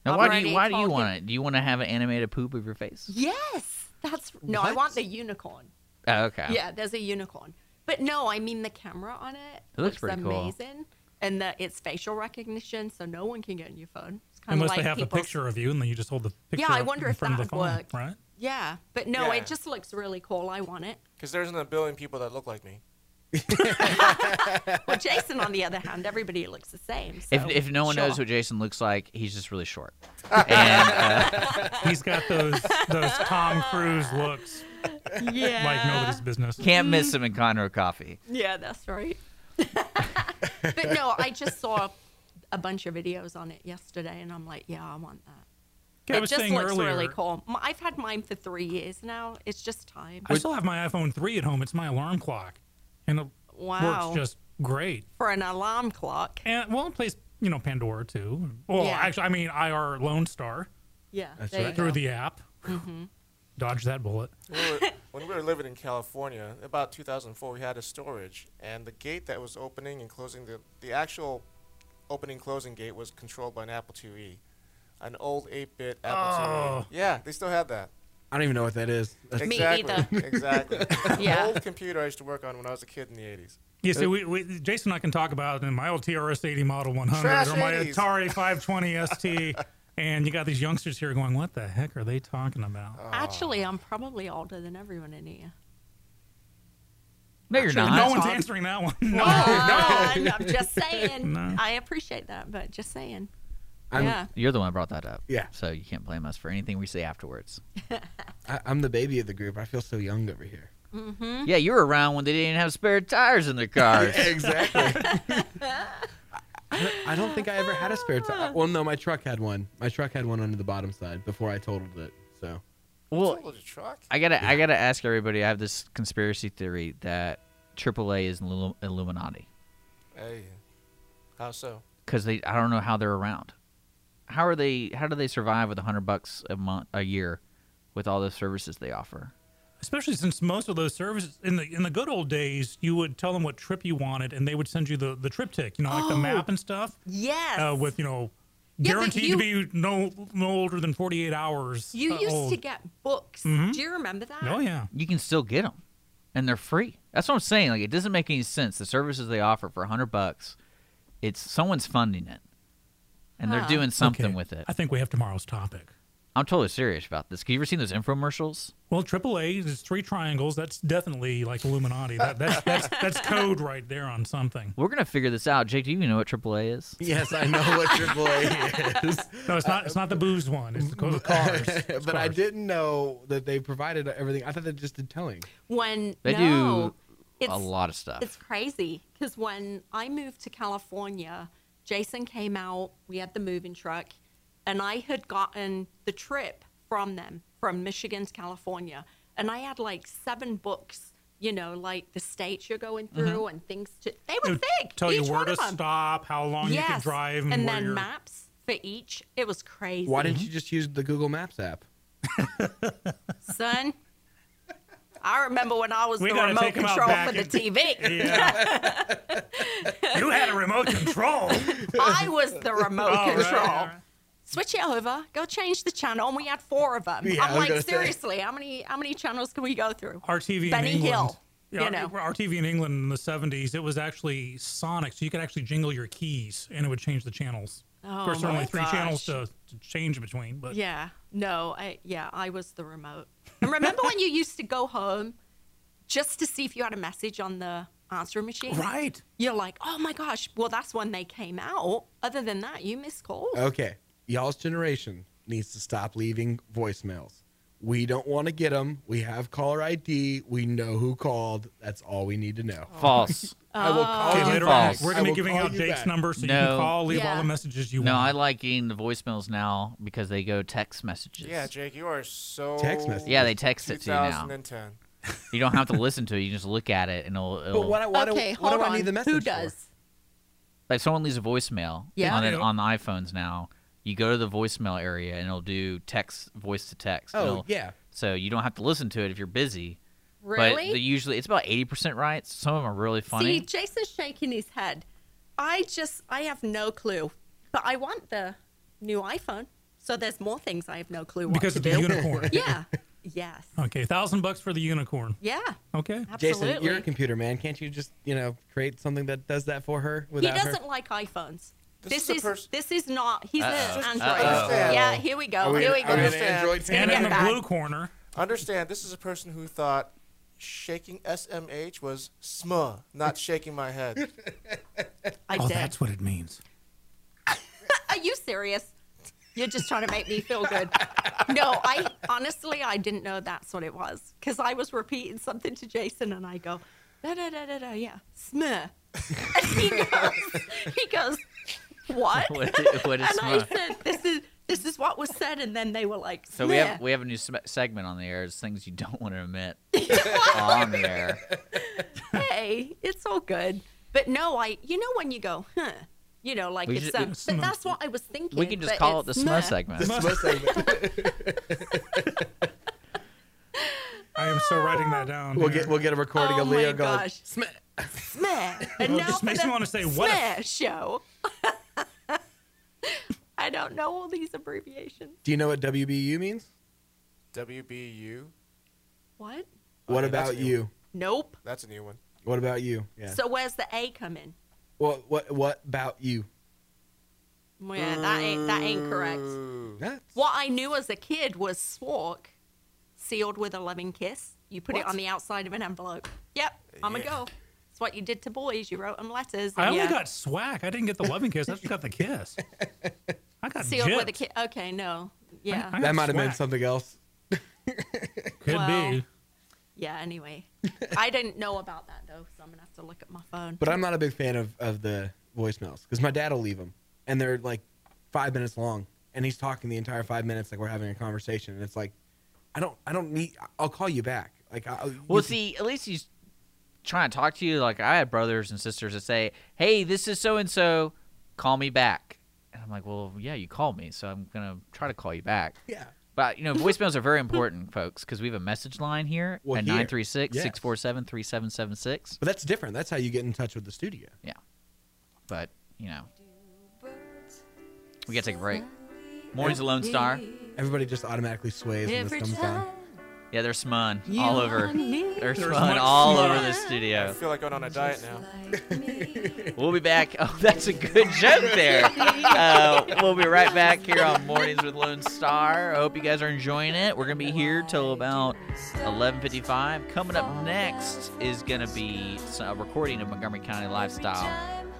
B: Now,
L: I'm
B: why do
L: already
B: you why do you
L: talking.
B: want it? Do you want to have an animated poop of your face?
L: Yes, that's no. I
B: What?
L: want the unicorn.
B: Oh, okay.
L: Yeah, there's a unicorn. But no, I mean the camera on it.
B: It looks
L: looks
B: pretty cool.
L: amazing. And that it's facial recognition, so no one can get in your phone. It's kind
C: Unless
L: of like
C: they have
L: people's-
C: the picture of you, and then you just hold the picture.
L: Yeah, I
C: up
L: wonder
C: in
L: if
C: front
L: that
C: of the
L: would
C: phone,
L: work.
C: Right?
L: Yeah, but no,
G: Yeah.
L: it just looks really cool. I want it.
G: Because there's a billion people that look like me.
L: Well, Jason, on the other hand, everybody looks the same. So
B: If, if no one
L: sure.
B: knows what Jason looks like, he's just really short. and uh,
C: He's got those those Tom Cruise looks,
L: yeah,
C: like nobody's business.
B: can't miss him in Conroe Coffee.
L: Yeah, that's right. but no, I just saw a bunch of videos on it yesterday, and I'm like, yeah, I want that.
C: Okay, I
L: it
C: was
L: just
C: saying
L: looks
C: earlier,
L: really cool. M- I've had mine for three years now. It's just time.
C: I still have my iPhone 3 at home. It's my alarm clock, and it
L: Wow.
C: works just great.
L: for an alarm clock.
C: And well, it plays you know Pandora too. Well,
L: Yeah.
C: actually, I mean IR Lone Star
L: Yeah,
D: That's
L: there
D: right.
L: you go.
C: through
L: Mm-hmm.
C: the app. Dodge that bullet.
G: When we, were, when we were living in California, about 2004, we had a storage, and the gate that was opening and closing, the, the actual opening closing gate was controlled by an Apple IIe. an old 8-bit Apple
D: Oh.
G: II. Yeah, they still have that.
D: I don't even know what that is.
G: exactly. Exactly.
L: Yeah.
G: Old computer I used to work on when I was a kid in the 80s.
C: Yeah, so we, we, Jason and I can talk about in my old TRS 80 Model 100
G: Trash
C: or my
G: 80s.
C: Atari 520 ST. and you got these youngsters here going, what the heck are they talking about?
L: Oh. Actually, I'm probably older than everyone in here.
B: No, you're
C: Actually,
B: not.
C: No one's answering that one. No,
L: Well,
C: no.
L: I'm just saying.
B: No.
L: I appreciate that, but just saying.
D: I'm-
L: yeah.
B: You're the one who brought that up.
D: Yeah.
B: So you can't blame us for anything we say afterwards.
D: I, I'm the baby of the group. I feel so young over here.
L: Mm-hmm.
B: Yeah, you were around when they didn't have spare tires in their cars.
D: exactly. I don't think I ever had a spare tire. Well, no, my truck had one. My truck had one under the bottom side before I totaled it. So
B: Well,
G: Totaled a truck?
B: I gotta, I gotta ask everybody. I have this conspiracy theory that AAA is Illu- Illuminati
G: Hey. How so?
B: because they, I don't know how they're around. How are they? How do they survive with hundred bucks a month, a year, with all the services they offer?
C: Especially since most of those services in the in the good old days, you would tell them what trip you wanted, and they would send you the, the trip tick, you know, like the
L: Oh.
C: map and stuff.
L: Yes.
C: Uh, with you know,
L: Yeah, but
C: guaranteed to be no no older than forty eight hours.
L: You
C: uh,
L: used
C: old.
L: to get books.
C: Mhm.
L: Do you remember that?
C: Oh yeah.
B: You can still get them, and they're free. That's what I'm saying. Like it doesn't make any sense. The services they offer for hundred bucks, it's someone's funding it, and
L: Huh.
B: they're doing something
C: Okay,
B: with it.
C: I think we have tomorrow's topic.
B: I'm totally serious about this. Have you ever seen those infomercials?
C: Well, AAA is three triangles. That's definitely like Illuminati. That, that's, that's that's code right there on something.
B: We're gonna figure this out. Jake, do you even know what AAA is?
D: yes, I know what AAA is.
C: No, it's not. It's not the booze one. It's the co- the cars. It's
D: but I
C: cars.
D: didn't know that they provided everything. I thought they just did towing.
L: When
B: They
L: no,
B: do
L: it's,
B: a lot of stuff.
L: It's crazy because when I moved to California, Jason came out. We had the moving truck, and I had gotten the trip from them from Michigan to California, and I had like seven books. You know, like the states you're going through and things. To, they were
C: It'll
L: thick.
C: Mm-hmm. Tell
L: each
C: you where
L: one
C: to
L: of 'em.
C: stop, how long
L: yes.
C: you can drive, and, where
L: then
C: you're.
L: maps for each. It was crazy.
D: Why didn't you just use the Google Maps app?
L: son? I remember when I was
C: We
L: the
C: gotta
L: remote
C: take 'em out
L: control
C: back
L: for the
C: and-
L: TV.
C: Yeah. you had a remote control. Oh,
L: I was the remote
C: All right,
L: control.
C: all right.
L: Switch it over. Go change the channel, and we had four of them.
D: Yeah, I
L: I'm
D: was
L: like,
D: gonna say.
L: seriously, how many how many channels can we go through?
C: Our TV in
L: Benny
C: England.
L: Hill,
C: Yeah,
L: you know.
C: our- our TV in England in the '70s, it was actually Sonic, so you could actually jingle your keys, and it would change the channels. of
L: Oh,
C: course, there are
L: my
C: only three channels to,
L: gosh.
C: to change between, but
L: Yeah, no, I, yeah, I was the remote. And remember when you used to go home just to see if you had a message on the answering machine?
C: right.
L: You're like, oh my gosh. Well, that's when they came out. Other than that, you missed calls.
D: Okay, y'all's generation needs to stop leaving voicemails. We don't want to get them. We have caller ID. We know who called. That's all we need to know.
B: False.
D: I
L: Oh.
D: will call
C: Okay,
D: you
C: later on,
D: back.
C: we're
D: I
C: going to
D: will
C: be giving
D: call
C: out
D: you
C: Jake's
D: back.
C: number, so you
B: No.
C: can call, leave all
L: Yeah.
C: the messages you
B: no, I
C: want.
B: like getting the voicemails now because they go text messages.
G: Yeah, Jake, you are so
D: Text messages.
B: Yeah, they text it to you now.
G: 2010.
B: You don't have to listen to it. You just look at it, and it'll. it'll
D: But what, I- what, do-
L: okay,
D: what
L: hold
D: do
L: on.
D: I need the message
L: Who
D: for?
L: does?
B: like someone leaves a voicemail
L: Yeah.
B: on it
C: Yeah.
B: on the iPhones now. You go to the voicemail area, and it'll do text, voice to text. and
D: Oh
B: it'll-
D: yeah.
B: So you don't have to listen to it if you're busy. But
L: Really?
B: they usually it's about eighty percent right. Some of them are really funny.
L: See, Jason's shaking his head. I just, I have no clue. But I want the new iPhone. So there's more things I have no clue what
C: because
L: to
C: of the
L: do.
C: unicorn.
L: yeah. Yes.
C: Okay, thousand bucks for the unicorn.
L: Yeah.
C: Okay.
D: Jason,
L: Absolutely.
D: you're a computer man. Can't you just you know create something that does that for her
L: he
D: without her?
L: doesn't like iPhones.
G: This is
L: This,
G: a
L: is
G: pers-
L: this is not. He's an
B: Uh-oh.
L: Android.
G: Uh-oh.
L: Yeah. Here we go.
D: Are we,
L: here we
D: are we
L: go.
D: an Android
C: And
D: fan?
L: Yeah.
C: in the
L: back.
C: blue corner,
G: Understand, this is a person who thought shaking SMH was smuh, not shaking my head.
L: I
C: oh,
L: did.
C: that's what it means.
L: Are you serious? You're just trying to make me feel good. No, I honestly I didn't know that's what it was because I was repeating something to Jason and I go, da da da da da, yeah, smir. And he goes, he goes, what?
B: What is- what is
L: and I
B: smir?
L: said, this is this is what was said, and then they were like,
B: So we have
L: "Smir."
B: we have a new se- segment on the air. It's things you don't want to admit on the air.
L: hey, it's all good. But no, I, you know, when you go, huh, you know, like
B: We
L: it's
B: should-
L: um,
C: Smir.
L: but that's what I was thinking.
B: We can just
L: but
B: call it the
L: it's
B: smur
L: smir.
B: segment.
C: I am so writing that down.
D: We'll
C: here.
D: get we'll get a recording
L: Oh
D: of Leo
L: my
D: going.
L: gosh. Smir. And
C: Well,
L: now
C: this
L: for
C: makes
L: the
C: me wanna say, what if-
L: Smir show. I know don't know all these abbreviations.
D: Do you know what WBU means?
G: WBU.
L: What?
D: What
G: Okay, that's
D: about
G: a new
D: you?
G: one.
L: Nope.
G: That's a new one.
D: What about you?
L: So where's the A come in?
D: What what what about you?
L: Well, Yeah, that ain't that ain't correct. What I knew as a kid was swark, sealed with a loving kiss. You put it
M: What?
L: on the outside of an envelope. Yep, I'm a
C: Yeah.
L: girl. It's what you did to boys. You wrote them letters.
C: I
L: and
C: only
L: you-
C: got swack. I didn't get the loving kiss. I just got the kiss. I got
L: sealed with a
C: gypped.
L: kiss. Okay, no. Yeah.
D: that might have been something else.
C: Could
L: Well,
C: be.
L: Yeah. Anyway, I didn't know about that though, so I'm gonna have to look at my phone.
D: But I'm not a big fan of, of the voicemails because my dad will leave them and they're like five minutes long and he's talking the entire five minutes like we're having a conversation and it's like I don't I don't need I'll call you back like I, I'll-
B: Well, see, at least he's trying to talk to you. Like I had brothers and sisters that say, "Hey, this is so and so, call me back." And I'm like, "Well, yeah, you called me, so I'm gonna try to call you back."
D: Yeah.
B: But you know, voicemails are very important, folks, because we have a message line here
D: Well,
B: at
D: here.
B: 936-647-3776.
D: but that's different that's how you get in touch with the studio
B: yeah But you know, we gotta take a break. Morning's a Lone Star.
D: everybody just automatically sways when this
B: Every
D: comes on
B: Yeah, they're smun all over. They're
G: There's
B: smun
G: much
B: all
G: smut.
B: over the
G: I
B: studio.
G: feel like going on a diet now.
B: We'll be back. Oh, that's a good joke there. Uh, we'll be right back here on Mornings with Lone Star. I hope you guys are enjoying it. We're gonna be here till about 11:55. Coming up next is gonna be s- a recording of Montgomery County Lifestyle.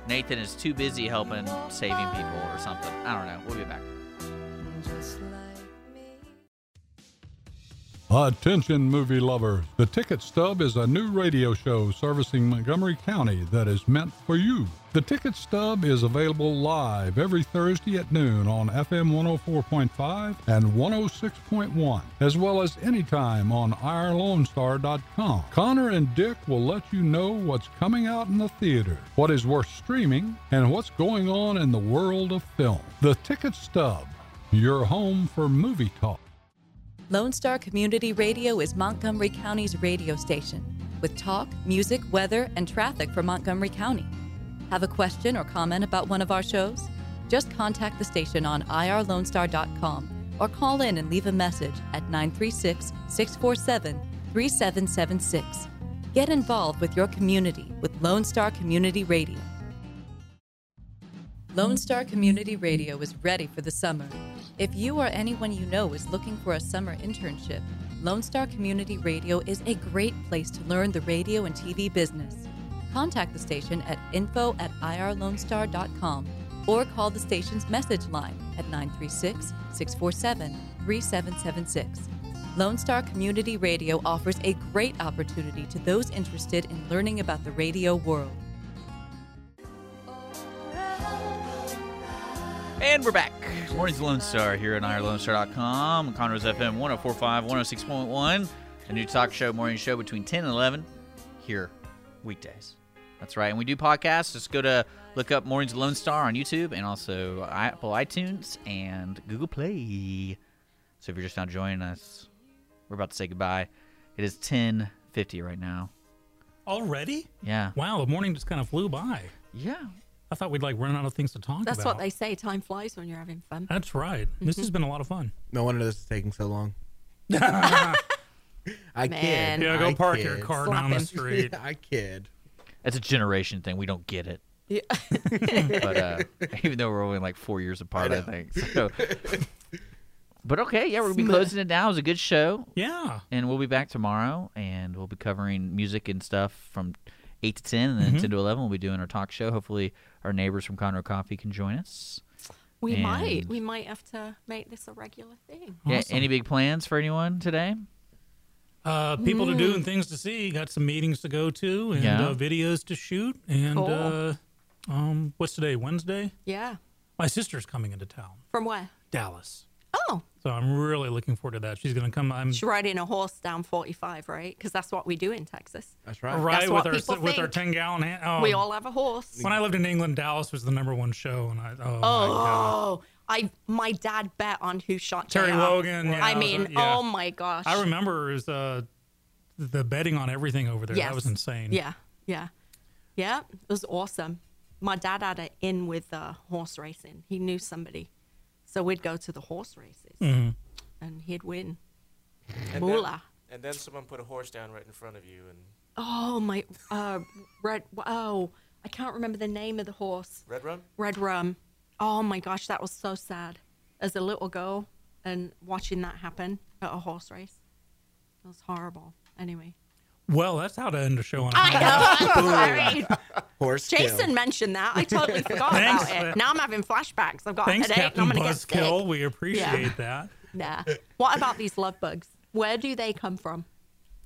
B: Nathan is too busy helping saving people or something. I don't know. We'll be back.
N: Attention, movie lovers. The Ticket Stub is a new radio show servicing Montgomery County that is meant for you. The Ticket Stub is available live every Thursday at noon on FM 104.5 and 106.1, as well as anytime on IRLoneStar.com. Connor and Dick will let you know what's coming out in the theater, what is worth streaming, and what's going on in the world of film. The Ticket Stub, your home for movie talk.
E: Lone Star Community Radio is Montgomery County's radio station with talk, music, weather, and traffic for Montgomery County. Have a question or comment about one of our shows? Just contact the station on irlonestar.com or call in and leave a message at 936 647 3776. Get involved with your community with Lone Star Community Radio. Lone Star Community Radio is ready for the summer. If you or anyone you know is looking for a summer internship, Lone Star Community Radio is a great place to learn the radio and TV business. Contact the station at info at irlonestar.com or call the station's message line at 936 647 3776. Lone Star Community Radio offers a great opportunity to those interested in learning about the radio world.
B: And we're back. Mornings with Lone Star here on IreLoneStar.com, Conroe's FM 1045, 106.1, a new talk show, morning show between 10 and 11 here weekdays. That's right. And we do podcasts. Just go to look up Mornings with Lone Star on YouTube and also Apple iTunes and Google Play. So if you're just now joining us, we're about to say goodbye. It is 10.50 right now.
C: Already?
B: Yeah.
C: Wow, the morning just kind of flew by.
B: Yeah.
C: I thought we'd like run out of things to talk
L: That's
C: about.
L: what they say. Time flies when you're having fun.
C: That's right. This has
L: Mhm.
C: been a lot of fun.
D: no wonder this is taking so long I
C: Man.
D: kid
C: Yeah, go
D: I
C: park your
D: kid.
C: car Slap down the him. street.
D: I kid
B: It's a generation thing. We don't get it.
L: Yeah.
B: but uh, even though we're only like four years apart, I, think. So, but okay, yeah, we're gonna be closing it down. It was a good show.
C: Yeah,
B: and we'll be back tomorrow, and we'll be covering music and stuff from eight to ten, and then
L: Mm-hmm.
B: ten to eleven. We'll be doing our talk show. Hopefully, our neighbors from Conroe Coffee can join us.
L: We
B: And-
L: might. We might have to make this a regular thing.
B: Yeah, any big plans for anyone today?
C: Uh, people to do
L: Mm.
C: and things to see. Got some meetings to go to and
B: Yeah.
C: uh, videos to shoot. And
L: Cool.
C: uh, um, what's today? Wednesday.
L: Yeah.
C: My sister's coming into town,
L: From where?
C: Dallas.
L: Oh.
C: So I'm really looking forward to that. She's going to come. I'm
L: She's riding a horse down 45, right? Because that's what we do in Texas.
D: That's
C: right.
L: That's
C: with
L: what
C: our
L: people
C: with our
L: think.
C: ten gallon. Hand, oh.
L: We all have a horse.
C: When I lived in England, Dallas was the number one show, and I oh, my God.
L: Oh, I my dad bet on who shot
C: Terry
L: JR.
C: Logan. yeah,
L: I
C: was-
L: mean,
C: yeah.
L: oh my gosh.
C: I remember it was uh, the betting on everything over there. That was
L: Yes.
C: insane.
L: Yeah, yeah, yeah. It was awesome. My dad had an in with uh, horse racing. He knew somebody, So we'd go to the horse races,
C: Mhm.
L: and he'd win.
G: And then,
L: Moolah.
G: and then someone put a horse down right in front of you, and
L: Oh my, uh, red. Oh, I can't remember the name of the horse.
G: Red Rum?
L: Red Rum. Oh my gosh, that was so sad. As a little girl, and watching that happen at a horse race, it was horrible. Anyway,
C: Well, that's how to end the show on. a
L: I know. I'm
C: Boom.
L: sorry.
C: Horse
L: Jason
C: kill.
L: mentioned that. I totally forgot
C: Thanks,
L: about
C: uh,
L: it. Now I'm having flashbacks. I've got
C: Thanks,
L: a headache. and
C: Captain
L: I'm gonna get sick.
C: Buzzkill. We appreciate that.
L: Nah. What about these love bugs? Where do they come from?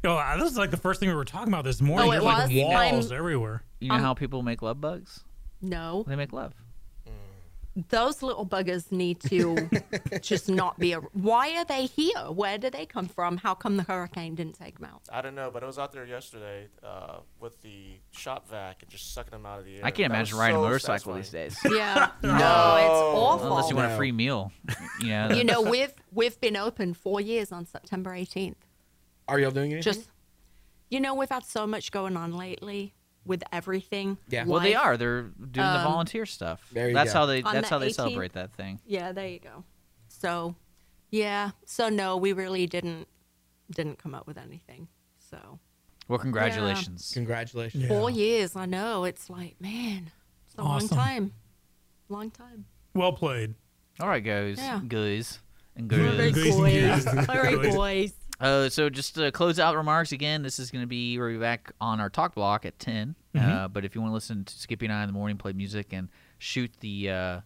C: Oh, uh, this is like the first thing we were talking about this morning.
L: Oh, it
C: There's like
L: was?
C: walls
L: I'm-
C: everywhere.
B: You know how people make love bugs?
L: Um, No.
B: They make love.
L: Those little buggers need to just not be. A, why are they here? Where do they come from? How come the hurricane didn't take them out?
G: I don't know, but I was out there yesterday uh, with the shop vac and just sucking them out of the air.
B: I can't
G: That
B: imagine
G: was
B: riding a
G: so
B: motorcycle
G: satisfying. Oh,
B: these days.
L: Yeah. No, it's awful.
B: Unless you want a
L: No.
B: free meal. You know,
L: You know,
B: that's-
L: we've we've been open four years on September 18th.
D: Are y'all doing anything?
L: Just, you know, we've had so much going on lately with everything.
B: Well, they
L: life.
B: are. They're doing the
L: Um,
B: volunteer stuff.
D: There you
B: that's
D: go.
B: how they.
L: On
B: That's
L: the
B: how they
L: 18th?
B: celebrate that thing.
L: Yeah, there you go. So, yeah. So no, we really didn't didn't come up with anything. So
B: Well, congratulations.
D: Congratulations.
L: four years, I know. It's like, man, it's a
B: Awesome.
L: long time. Long time.
C: Well played.
B: All right, guys,
L: Yeah.
B: goes and
L: All right,
B: goes.
L: Goose and goose. All right, boys.
B: Uh, so just to close out remarks again, this is going to be we'll be back on our talk block at 10 Uh,
J: Mhm.
B: but if you want to listen to Skippy and I in the morning, play music and shoot the. Uh,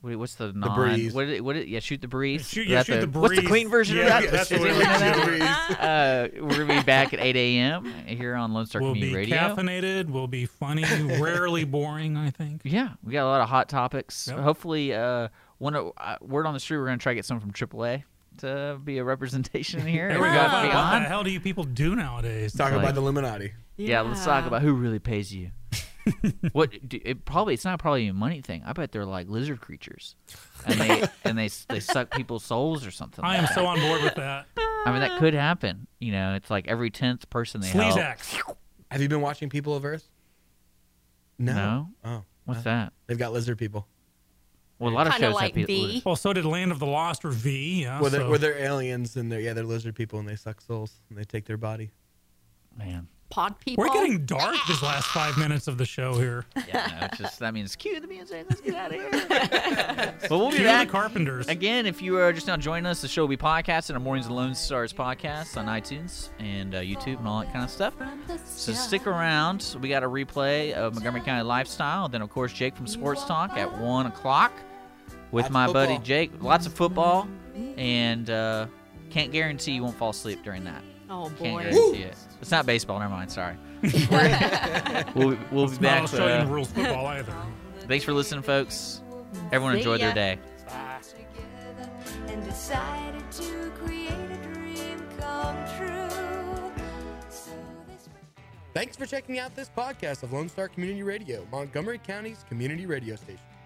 B: what- What's the non?
J: breeze.
B: What? It, what? It, yeah, shoot the breeze.
J: Shoot-
B: Is
J: yeah,
B: that
J: shoot the
B: What's the
J: breeze.
B: clean version
J: Yeah,
B: of that?
J: that's
B: Is
J: what
B: it
J: it is,
B: that?
J: shoot the
B: Uh, we're gonna be back at 8 a.m. here on Lone Star
C: We'll be
B: Community Radio.
C: caffeinated. We'll be funny. rarely boring. I think.
B: Yeah, we got a lot of hot topics.
C: Yep.
B: Hopefully, uh, one of- uh, word on the street, we're gonna try to get some from AAA to be a representation in here.
C: There
B: and
C: we go.
B: got
C: What
B: Beyond.
C: the hell do you people do nowadays?
B: Talking Like- about the
D: Illuminati.
B: Yeah. let's talk about who really pays you. what do, it probably it's not probably a money thing. I bet they're like lizard creatures, and they and they s- they suck people's souls or something.
C: I
B: like
C: am
B: that.
C: so on board with that.
B: I mean, that could happen. You know, it's like every tenth person they help.
D: Have you been watching People of Earth? No.
B: No.
D: Oh,
B: What's that?
D: They've got lizard people.
B: Well, a lot of
D: Kinda
B: shows
D: like
B: have people.
D: the-
C: Well, so did Land of the Lost or V. Yeah,
D: Well, they're,
C: so-
D: well, they're aliens and they're yeah, they're lizard people and they suck souls and they take their body.
B: Man,
L: Pod people.
C: We're getting dark these last five minutes of the show here.
B: Yeah, no, it's just that means cue the music. Let's get out of here. But we'll be
C: Cue the
B: back.
C: Carpenters.
B: Again, if you are just now joining us, the show will be podcasting on Mornings of Lone Stars podcast on iTunes and uh, YouTube and all that kind of stuff. So stick around. We got a replay of Montgomery County Lifestyle. Then, of course, Jake from Sports Talk at 1 o'clock with
J: Lots of
B: my buddy
J: football.
B: Jake. Lots of football. And uh, can't guarantee you won't fall asleep during that.
L: Oh,
B: Can't
L: boy.
B: guarantee it. It's not baseball. Never mind. Sorry. We're- we'll, we'll be
C: It's
B: back.
C: Not Australian
B: uh,
C: rules football either.
B: Thanks for listening, folks. Everyone
M: See
B: enjoy
M: ya.
B: their day.
M: together and decided to create a dream come true. So this
D: Thanks for checking out this podcast of Lone Star Community Radio, Montgomery County's community radio station.